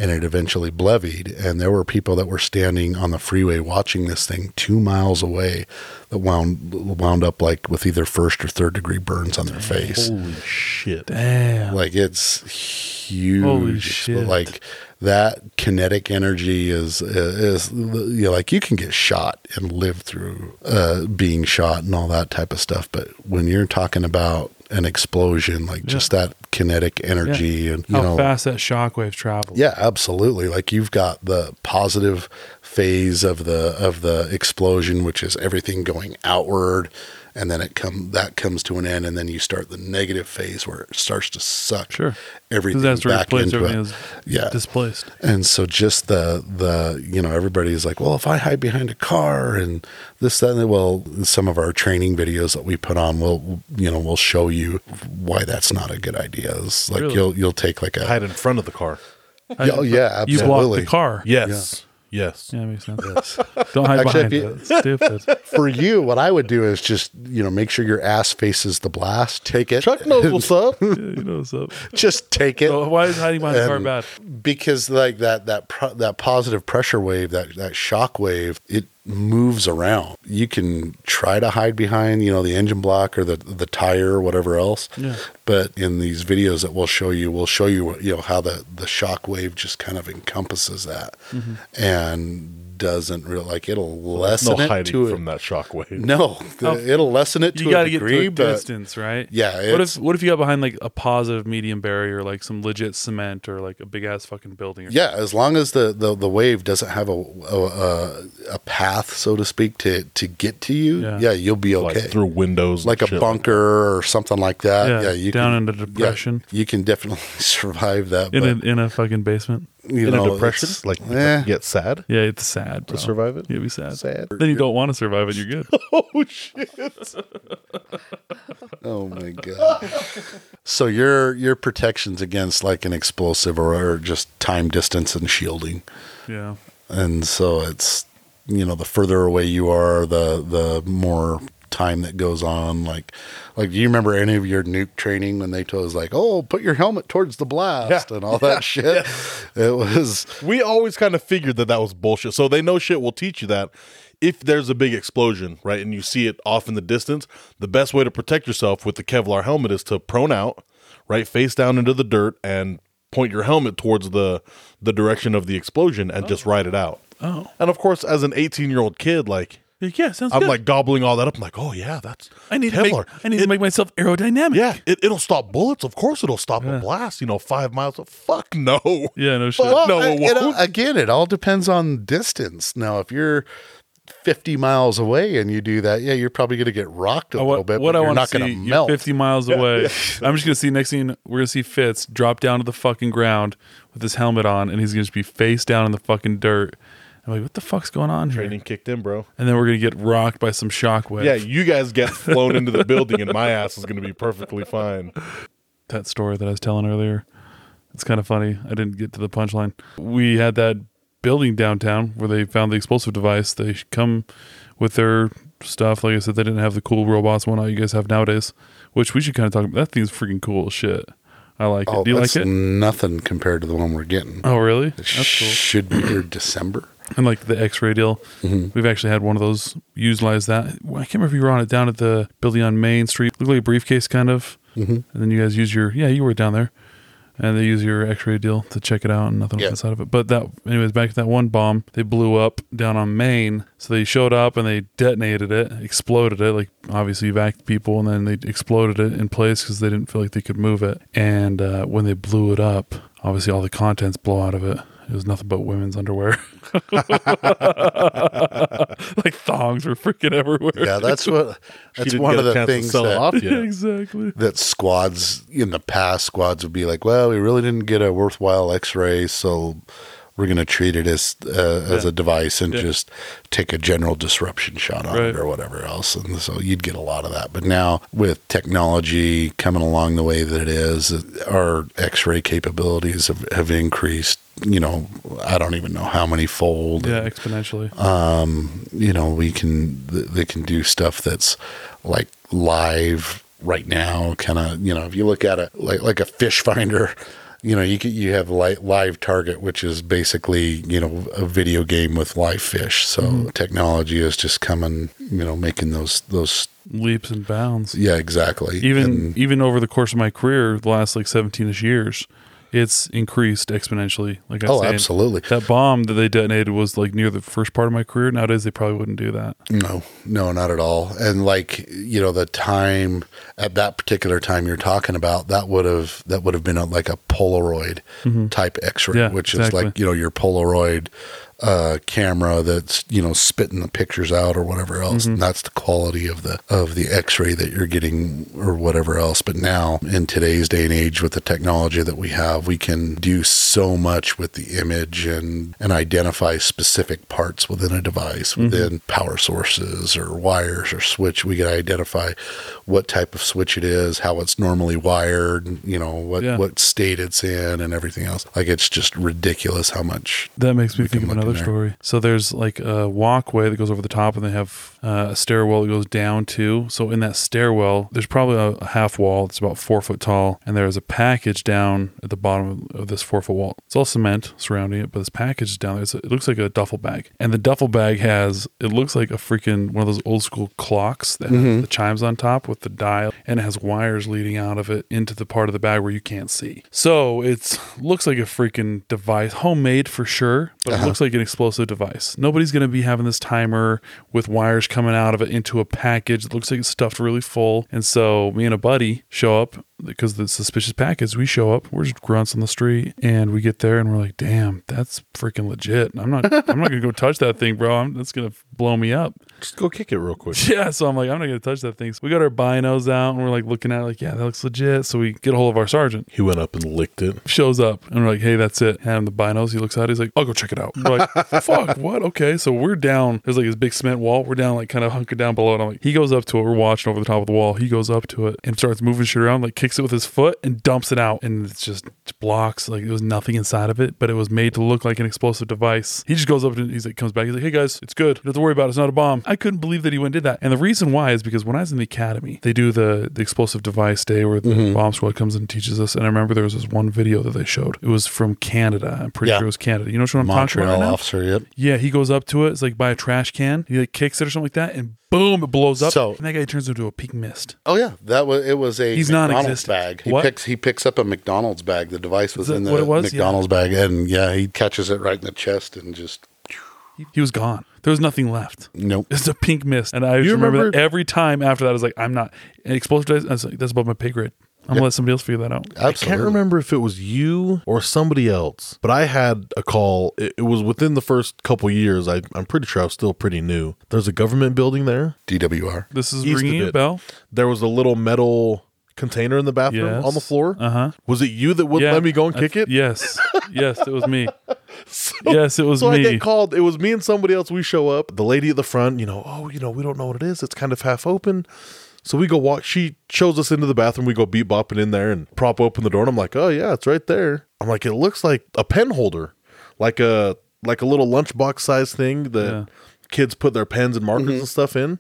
Speaker 4: and it eventually blevied and there were people that were standing on the freeway watching this thing two miles away that wound wound up like with either first or third degree burns on their face
Speaker 5: Holy shit.
Speaker 1: Damn.
Speaker 4: like it's huge
Speaker 1: Holy
Speaker 4: but,
Speaker 1: shit.
Speaker 4: like that kinetic energy is is you know, like you can get shot and live through uh being shot and all that type of stuff but when you're talking about an explosion like just that kinetic energy and you
Speaker 1: How
Speaker 4: know
Speaker 1: fast that shockwave traveled.
Speaker 4: yeah, absolutely. Like you've got the positive phase of the of the explosion, which is everything going outward, and then it come that comes to an end, and then you start the negative phase where it starts to suck
Speaker 1: Sure.
Speaker 4: everything
Speaker 1: Because that's to
Speaker 4: back
Speaker 1: replace
Speaker 4: into
Speaker 1: everything
Speaker 4: it.
Speaker 1: that's
Speaker 4: Yeah.
Speaker 1: displaced.
Speaker 4: And so just the the you know everybody is like, well, if I hide behind a car and this that and the- well, some of our training videos that we put on will you know will show you why that's not a good idea. It's like
Speaker 1: Really?
Speaker 4: you'll you'll take like a
Speaker 5: Hide in front of the car.
Speaker 4: oh yeah
Speaker 1: You
Speaker 4: absolutely
Speaker 1: blocked the car.
Speaker 5: Yes. Yes.
Speaker 1: Yeah, makes sense. Don't hide
Speaker 4: Actually,
Speaker 1: behind
Speaker 4: if
Speaker 1: it. That's Stupid.
Speaker 4: for you, what I would do is just, you know, make sure your ass faces the blast, take it,
Speaker 5: Chuck knows what's up.
Speaker 1: Yeah, you know what's up.
Speaker 4: just take it
Speaker 1: So why is hiding behind the car
Speaker 4: Um,
Speaker 1: bad?
Speaker 4: because like that that pro- that positive pressure wave, that that shock wave, it moves around. You can try to hide behind, you know, the engine block or the the tire or whatever else.
Speaker 1: Yeah.
Speaker 4: But in these videos that we'll show you, we'll show you, you know, how the the shock wave just kind of encompasses that
Speaker 1: Mm-hmm.
Speaker 4: and doesn't really like it'll
Speaker 5: No
Speaker 4: lessen it
Speaker 5: hiding
Speaker 4: to
Speaker 5: from
Speaker 4: it.
Speaker 5: that shockwave.
Speaker 4: No, the-
Speaker 1: Oh,
Speaker 4: it'll lessen it to
Speaker 1: You got
Speaker 4: a
Speaker 1: to get
Speaker 4: degree,
Speaker 1: to a
Speaker 4: but
Speaker 1: distance, right?
Speaker 4: Yeah,
Speaker 1: What
Speaker 4: it's-
Speaker 1: if What if you got behind like a positive medium barrier, like some legit cement or like a big ass fucking building? Or
Speaker 4: yeah, as long as the, the, the wave doesn't have a, a a- a path, so to speak, to to get to you,
Speaker 1: Yeah.
Speaker 4: yeah, you'll be
Speaker 5: Like
Speaker 4: okay.
Speaker 5: through windows. and
Speaker 4: Like a
Speaker 5: shit.
Speaker 4: bunker or something like that.
Speaker 1: Yeah,
Speaker 4: Yeah, you
Speaker 1: down in
Speaker 4: can,
Speaker 1: a
Speaker 4: yeah,
Speaker 1: depression.
Speaker 4: you can definitely survive that.
Speaker 1: In a,
Speaker 4: but,
Speaker 1: in a fucking basement.
Speaker 4: you
Speaker 5: in
Speaker 4: know,
Speaker 5: a depression.
Speaker 4: it's-
Speaker 5: Like
Speaker 4: eh,
Speaker 5: get sad.
Speaker 1: Yeah, it's sad. Bro.
Speaker 5: survive it?
Speaker 1: you'd be sad.
Speaker 5: Sad.
Speaker 1: Then you don't want to survive it. You're good.
Speaker 5: Oh shit.
Speaker 4: oh my god. so your your protections against like an explosive or, or just time, distance, and shielding.
Speaker 1: yeah.
Speaker 4: and so it's you know the further away you are the the more time that goes on. Like, like do you remember any of your nuke training when they told us like, "Oh, put your helmet towards the blast"
Speaker 5: Yeah.
Speaker 4: and all that shit? It was
Speaker 5: We always kind of figured that that was bullshit. So they know shit will teach you that. If there's a big explosion, right, and you see it off in the distance, the best way to protect yourself with the Kevlar helmet is to prone out, right, face down into the dirt and point your helmet towards the the direction of the explosion and just ride it out.
Speaker 1: Oh.
Speaker 5: And of course, as an 18-year-old kid, like
Speaker 1: Yeah, sounds
Speaker 5: I'm
Speaker 1: good.
Speaker 5: like gobbling all that up. I'm like, "Oh yeah, that's
Speaker 1: I need to
Speaker 5: Kevlar.
Speaker 1: make, I need to make myself aerodynamic.
Speaker 5: yeah, it, it'll stop bullets. Of course, it'll stop a blast. You know, five miles. Fuck no.
Speaker 1: Yeah, no shit.
Speaker 5: Fuck no,
Speaker 4: Well,
Speaker 5: it
Speaker 4: I- it all-
Speaker 5: won't.
Speaker 4: again, it all depends on distance. Now, if you're 50 miles away and you do that, yeah, you're probably going to get rocked a
Speaker 1: I wa-
Speaker 4: little bit,
Speaker 1: Uh, what
Speaker 4: but
Speaker 1: I
Speaker 4: you're
Speaker 1: want
Speaker 4: not
Speaker 1: to
Speaker 4: going to
Speaker 1: see, you're
Speaker 4: melt.
Speaker 1: 50 miles away. I'm just going to see next scene, we're going to see Fitz drop down to the fucking ground with his helmet on, and he's going to be face down in the fucking dirt. I'm like, what the fuck's going on here?
Speaker 5: Training kicked in, bro.
Speaker 1: And then we're going to get rocked by some shockwave.
Speaker 5: Yeah, you guys get flown into the building, and my ass is going to be perfectly fine.
Speaker 1: that story that I was telling earlier. It's kind of funny. I didn't get to the punchline. We had that building downtown where they found the explosive device. They come with their stuff. Like I said, they didn't have the cool robots and whatnot you guys have nowadays, which we should kind of talk about. That thing's freaking cool as shit. I like
Speaker 4: oh,
Speaker 1: it. Do you like
Speaker 4: that's
Speaker 1: it?
Speaker 4: nothing compared to the one we're getting.
Speaker 1: oh, really?
Speaker 4: It should be here December.
Speaker 1: And like the x ray deal.
Speaker 4: Mm.
Speaker 1: We've actually had one of those utilize that. I can't remember if you were on it down at the building on Main Street. Looked like a briefcase, kind of. And then you guys use your, yeah, you were down there. And they use your x ray deal to check it out and nothing
Speaker 4: Yeah.
Speaker 1: was inside of it. But that, anyways, back to that one bomb they blew up down on Main. So they showed up and they detonated it, exploded it, like obviously evac people. And then they exploded it in place because they didn't feel like they could move it. And uh, when they blew it up, obviously all the contents blow out of it. It was nothing but women's underwear. like thongs were freaking everywhere.
Speaker 4: Yeah, that's what. That's one of the things that,
Speaker 1: exactly.
Speaker 4: that squads in the past squads would be like, well, we really didn't get a worthwhile X-ray, so we're going to treat it as uh, as a device and just take a general disruption shot on
Speaker 1: Right.
Speaker 4: it or whatever else. And so you'd get a lot of that. But now with technology coming along the way that it is, our X-ray capabilities have, have increased. You know, I don't even know how many fold
Speaker 1: Yeah, exponentially.
Speaker 4: Uh, you know we can th- they can do stuff that's like live right now kind of you know if you look at it like like a fish finder you know you can, you have li- live target which is basically you know a video game with live fish so technology is just coming you know making those those
Speaker 1: Leaps and bounds.
Speaker 4: yeah exactly
Speaker 1: Even
Speaker 4: And-
Speaker 1: even over the course of my career, the last like seventeen ish years, it's increased exponentially. Like I
Speaker 4: Oh,
Speaker 1: said,
Speaker 4: absolutely.
Speaker 1: That bomb that they detonated was like near the first part of my career. Nowadays, they probably wouldn't do that.
Speaker 4: No, no, not at all. And like you know, the time at that particular time you're talking about that would have that would have been a, like a Polaroid type X-ray,
Speaker 1: Mm-hmm. Yeah,
Speaker 4: which
Speaker 1: exactly.
Speaker 4: is like you know your Polaroid uh, camera that's you know spitting the pictures out or whatever else. And that's the quality of the of the X-ray that you're getting or whatever else. But now in today's day and age, with the technology that we have, we can do so much with the image and and identify specific parts within a device, within power sources or wires or switch. We can identify what type of switch it is, how it's normally wired, you know what
Speaker 1: Yeah.
Speaker 4: what state it's in, and everything else. Like it's just ridiculous how much
Speaker 1: That makes me think of
Speaker 4: can look in
Speaker 1: another
Speaker 4: there.
Speaker 1: story. So there's like a walkway that goes over the top, and they have uh, a stairwell that goes down too. So in that stairwell, there's probably a- a half wall that's about four foot tall, and there is a package down at the bottom of this four foot wall. It's all cement surrounding it, but this package is down there. It's, it looks like a duffel bag, and the duffel bag has it looks like a freaking one of those old school clocks that
Speaker 4: Mm-hmm.
Speaker 1: has the chimes on top with the dial, and it has wires leading out of it into the part of the bag where you can't see. So it's looks like a freaking device, homemade for sure, but it looks like an explosive device. Nobody's going to be having this timer with wires coming out of it into a package that looks like it's stuffed really full. And so me and a buddy show up because the suspicious package, we show up, we're just grunts on the street and we get there and we're like, damn, that's freaking legit. I'm not, I'm not going to go touch that thing, bro. I'm, that's going to blow me up.
Speaker 5: Just go kick it real quick.
Speaker 1: Yeah, so I'm like, I'm not gonna touch that thing. So we got our binos out and we're like looking at it, like, yeah, that looks legit. So we get a hold of our sergeant
Speaker 5: He went up and licked it.
Speaker 1: shows up and we're like, hey, that's it. Hand him the binos. He looks at it. He's like, I'll go check it out. We're like, fuck, what? Okay. So we're down. There's like this big cement wall. We're down, like kind of hunkered down below. And I'm like, he goes up to it. We're watching over the top of the wall. He goes up to it and starts moving shit around, like kicks it with his foot and dumps it out. And it's just blocks. Like there was nothing inside of it, but it was made to look like an explosive device. He just goes up and he's like, comes back. He's like, hey guys, it's good. You don't have to worry about it. It's not a bomb. I couldn't believe that he went and did that. And the reason why is because when I was in the academy, they do the, the explosive device day where the
Speaker 4: Mm-hmm.
Speaker 1: bomb squad comes and teaches us. And I remember there was this one video that they showed. It was from Canada. I'm pretty
Speaker 4: Yeah.
Speaker 1: sure it was Canada. You know what I'm talking about?
Speaker 4: Montreal
Speaker 1: right now?
Speaker 4: officer. Yep.
Speaker 1: Yeah, he goes up to it. It's like by a trash can. He like kicks it or something like that, and boom, it blows up.
Speaker 4: So-
Speaker 1: and that guy turns into a pink mist.
Speaker 4: Oh yeah, that was it. Was a
Speaker 1: He's
Speaker 4: McDonald's
Speaker 1: non-existent.
Speaker 4: bag. He
Speaker 1: What?
Speaker 4: picks he picks up a McDonald's bag. The device was
Speaker 1: that
Speaker 4: in the
Speaker 1: what it was? Yeah.
Speaker 4: McDonald's bag, and yeah, he catches it right in the chest and just
Speaker 1: He, he was gone. There was nothing left.
Speaker 4: nope.
Speaker 1: It's a pink mist, and I just remember,
Speaker 5: remember-
Speaker 1: that every time after that, I was like, "I'm not and explosive." device, I was like, That's above my pay grade. I'm gonna let somebody else figure that out.
Speaker 4: Absolutely.
Speaker 5: I can't remember if it was you or somebody else, but I had a call. It, it was within the first couple years. I, I'm pretty sure I was still pretty new. There's a government building there.
Speaker 4: DWR.
Speaker 1: This is
Speaker 5: East of
Speaker 1: ringing a
Speaker 5: it.
Speaker 1: bell.
Speaker 5: There was a little metal container in the bathroom
Speaker 1: Yes.
Speaker 5: on the floor.
Speaker 1: Uh huh.
Speaker 5: Was it you that wouldn't let me go and kick it?
Speaker 1: Yes, yes, it was me. yes, it was
Speaker 5: So
Speaker 1: me.
Speaker 5: I get called. It was me and somebody else. We show up. The lady at the front, you know, oh, you know, we don't know what it is. It's kind of half open. So we go walk. She shows us into the bathroom. We go beat bopping in there and prop open the door. And I'm like, oh yeah, it's right there. I'm like, it looks like a pen holder, like a like a little lunchbox size thing that
Speaker 1: Yeah.
Speaker 5: kids put their pens and markers and stuff in.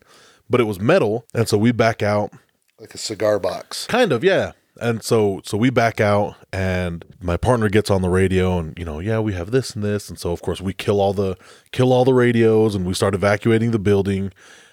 Speaker 5: But it was metal, and so we back out.
Speaker 4: Like a cigar box.
Speaker 5: Kind of, yeah. And so so we back out and my partner gets on the radio and you know, yeah, we have this and this and so of course we kill all the kill all the radios and we start evacuating the building.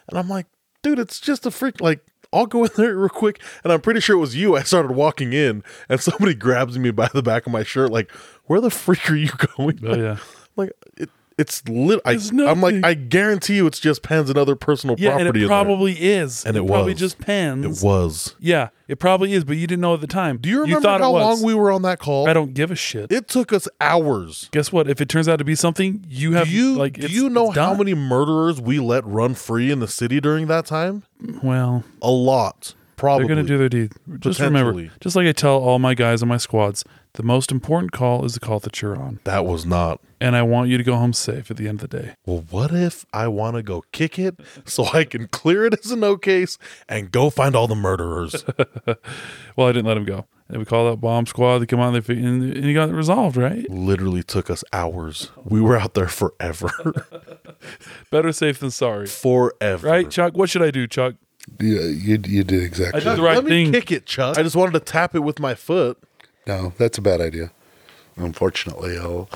Speaker 5: And I'm like, dude, it's just a freak like I'll go in there real quick and I'm pretty sure it was you. I started walking in and somebody grabs me by the back of my shirt like, "Where the freak are you going?"
Speaker 1: Oh yeah.
Speaker 5: Like it, it's lit. I,
Speaker 1: It's
Speaker 5: I'm like,
Speaker 1: nothing.
Speaker 5: I guarantee you, it's just pens and other personal
Speaker 1: Yeah, and
Speaker 5: property.
Speaker 1: it
Speaker 5: in there.
Speaker 1: probably is.
Speaker 5: And it
Speaker 1: probably
Speaker 5: was.
Speaker 1: just pens.
Speaker 5: it was.
Speaker 1: Yeah, it probably is, but you didn't know at the time.
Speaker 5: Do you remember how long we were on that call?
Speaker 1: I don't give a shit.
Speaker 5: It took us hours.
Speaker 1: Guess what? If it turns out to be something, you have
Speaker 5: Do you
Speaker 1: like.
Speaker 5: do
Speaker 1: it's-
Speaker 5: you know
Speaker 1: it's
Speaker 5: how
Speaker 1: done.
Speaker 5: many murderers we let run free in the city during that time?
Speaker 1: Well,
Speaker 5: A lot, probably.
Speaker 1: they're gonna do their deed. Just remember,
Speaker 5: Potentially.
Speaker 1: just like I tell all my guys and my squads, the most important call is the call that you're on,
Speaker 5: that was not.
Speaker 1: and I want you to go home safe at the end of the day.
Speaker 5: Well, what if I want to go kick it so I can clear it as a no case and go find all the murderers?
Speaker 1: Well, I didn't let him go. And we call that bomb squad. They come out and, they, fi- and, and he got it resolved, right?
Speaker 5: Literally took us hours. We were out there forever,
Speaker 1: Better safe than sorry,
Speaker 5: forever.
Speaker 1: right, Chuck? What should I do, Chuck?
Speaker 4: Yeah, you you did
Speaker 1: I
Speaker 4: exactly.
Speaker 1: did the right
Speaker 5: Let me
Speaker 1: thing.
Speaker 5: kick it, Chuck. I just wanted to tap it with my foot.
Speaker 4: No, that's a bad idea. Unfortunately, all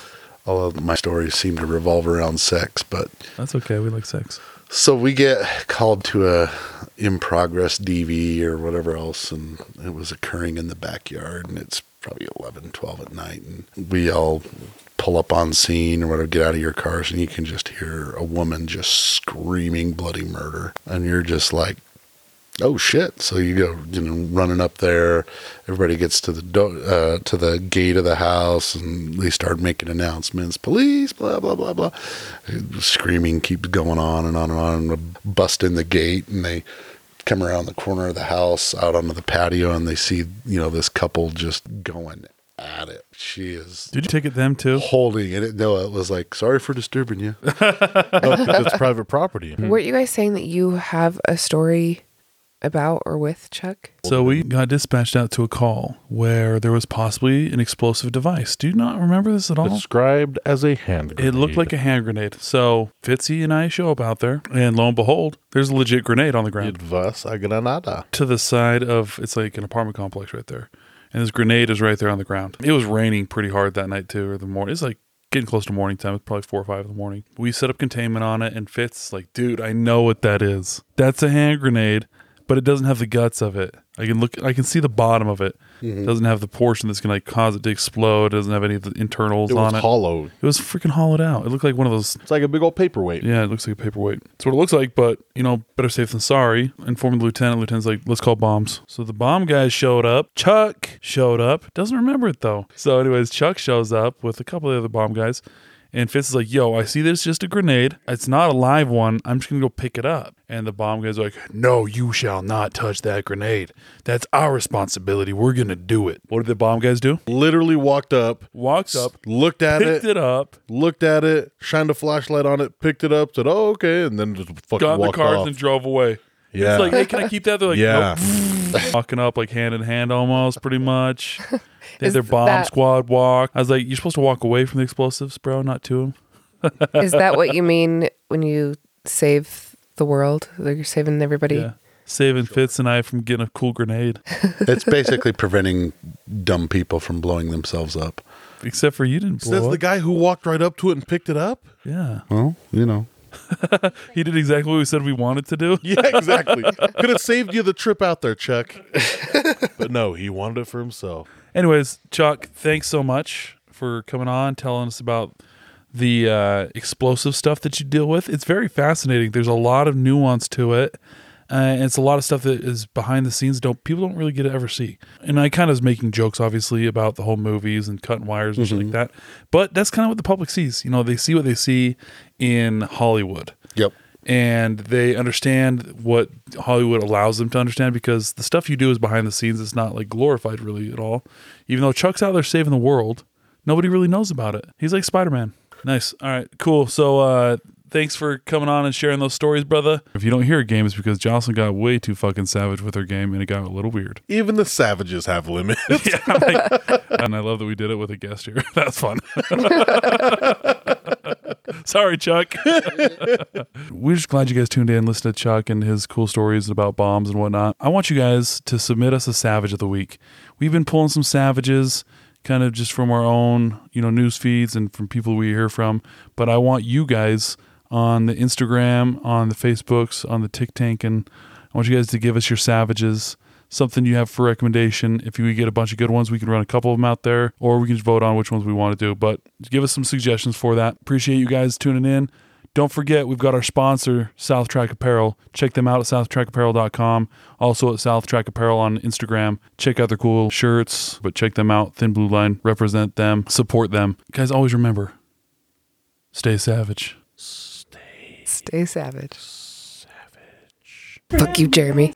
Speaker 4: all of my stories seem to revolve around sex, but
Speaker 1: That's okay. We like sex.
Speaker 4: So we get called to a in progress DV or whatever else, and it was occurring in the backyard, and it's probably 11, 12 at night, and we all pull up on scene or whatever, get out of your cars, and you can just hear a woman just screaming bloody murder, and you're just like, oh shit! So you go, you know, running up there. Everybody gets to the do- uh, to the gate of the house, and they start making announcements. Police, blah blah blah blah screaming keeps going on and on and on, and bust in the gate, and they come around the corner of the house out onto the patio, and they see you know this couple just going at it. She is
Speaker 1: Did you take it them too?
Speaker 4: holding it. No, it was like sorry for disturbing you.
Speaker 5: It's private property.
Speaker 3: Weren't you guys saying that you have a story about or with Chuck?
Speaker 1: So we got dispatched out to a call where there was possibly an explosive device. Do you not remember this at all?
Speaker 5: Described as a hand.
Speaker 1: it looked like a hand grenade. So Fitzy and I show up out there, and lo and behold, there's a legit grenade on the ground
Speaker 5: Vas a granada.
Speaker 1: to the side of it's like an apartment complex right there. And this grenade is right there on the ground. It was raining pretty hard that night too, or the morning. It's like getting close to morning time. It's probably four or five in the morning. We set up containment on it, and Fitz like, dude, I know what that is. That's a hand grenade, but it doesn't have the guts of it. I can look, I can see the bottom of it.
Speaker 5: Mm-hmm.
Speaker 1: Doesn't have the portion that's gonna like cause it to explode. Doesn't have any of the internals
Speaker 5: It was
Speaker 1: on it.
Speaker 5: hollow.
Speaker 1: it was freaking hollowed out. It looked like one of those
Speaker 5: It's like a big old paperweight.
Speaker 1: yeah, it looks like a paperweight. That's what it looks like, but you know, better safe than sorry. Informed the lieutenant. Lieutenant's like, let's call bombs. So the bomb guys showed up. Chuck showed up. Doesn't remember it though. So, anyways, Chuck shows up with a couple of the other bomb guys. And Fitz is like, yo, I see this just a grenade. It's not a live one. I'm just going to go pick it up. And the bomb guy's like, no, you shall not touch that grenade. That's our responsibility. We're going to do it. What did the bomb guys do?
Speaker 5: Literally walked up,
Speaker 1: Walks
Speaker 5: s-
Speaker 1: up,
Speaker 5: looked at
Speaker 1: picked
Speaker 5: it,
Speaker 1: it up,
Speaker 5: looked at it, shined a flashlight on it, picked it up, said, "Oh, okay," and then just fucking
Speaker 1: got in the
Speaker 5: walked
Speaker 1: cars
Speaker 5: off.
Speaker 1: and drove away.
Speaker 5: yeah,
Speaker 1: It's like, hey, can I keep that? They're like,
Speaker 5: yeah.
Speaker 1: nope. walking up like hand in hand almost pretty much. They had
Speaker 3: Is
Speaker 1: their bomb
Speaker 3: that-
Speaker 1: squad walk. I was like, you're supposed to walk away from the explosives, bro, not to them.
Speaker 3: Is that what you mean when you save the world? Like you're saving everybody?
Speaker 1: Yeah. Saving Fitz and I from getting a cool grenade.
Speaker 4: It's basically preventing dumb people from blowing themselves up.
Speaker 1: Except for you didn't blow
Speaker 5: Says the
Speaker 1: up.
Speaker 5: guy who walked right up to it and picked it up.
Speaker 1: Yeah.
Speaker 4: Well, you know,
Speaker 1: He did exactly what we said we wanted to do.
Speaker 5: Yeah, exactly. Could have saved you the trip out there, Chuck. but no, he wanted it for himself.
Speaker 1: Anyways, Chuck, thanks so much for coming on, telling us about the uh, explosive stuff that you deal with. It's very fascinating. There's a lot of nuance to it. Uh, and it's a lot of stuff that is behind the scenes. Don't people don't really get to ever see. And I kind of was making jokes, obviously, about the whole movies and cutting wires and shit like that. But that's kind of what the public sees. You know, they see what they see in Hollywood
Speaker 4: yep.
Speaker 1: and they understand what Hollywood allows them to understand because the stuff you do is behind the scenes. It's not like glorified really at all. Even though Chuck's out there saving the world, nobody really knows about it. He's like Spider Man. Nice. All right, cool. So uh, thanks for coming on and sharing those stories, brother. If you don't hear a game, it's because Jocelyn got way too fucking savage with her game and it got a little weird.
Speaker 5: Even the savages have limits.
Speaker 1: Yeah, I'm like- and I love that we did it with a guest here. That's fun. Sorry, Chuck. We're just glad you guys tuned in, listened to Chuck and his cool stories about bombs and whatnot. I want you guys to submit us a savage of the week. We've been pulling some savages, kind of just from our own, you know, news feeds and from people we hear from. But I want you guys on the Instagram, on the Facebooks, on the Tick Tank, and I want you guys to give us your savages something you have for recommendation. If you get a bunch of good ones, we can run a couple of them out there, or we can just vote on which ones we want to do. But give us some suggestions for that. Appreciate you guys tuning in. Don't forget, we've got our sponsor, South Track Apparel. Check them out at southtrackapparel.com. Also at South Track Apparel on Instagram. Check out their cool shirts, but check them out. Thin Blue Line, represent them, support them. Guys, always remember stay savage.
Speaker 3: Stay savage. Fuck you, Jeremy.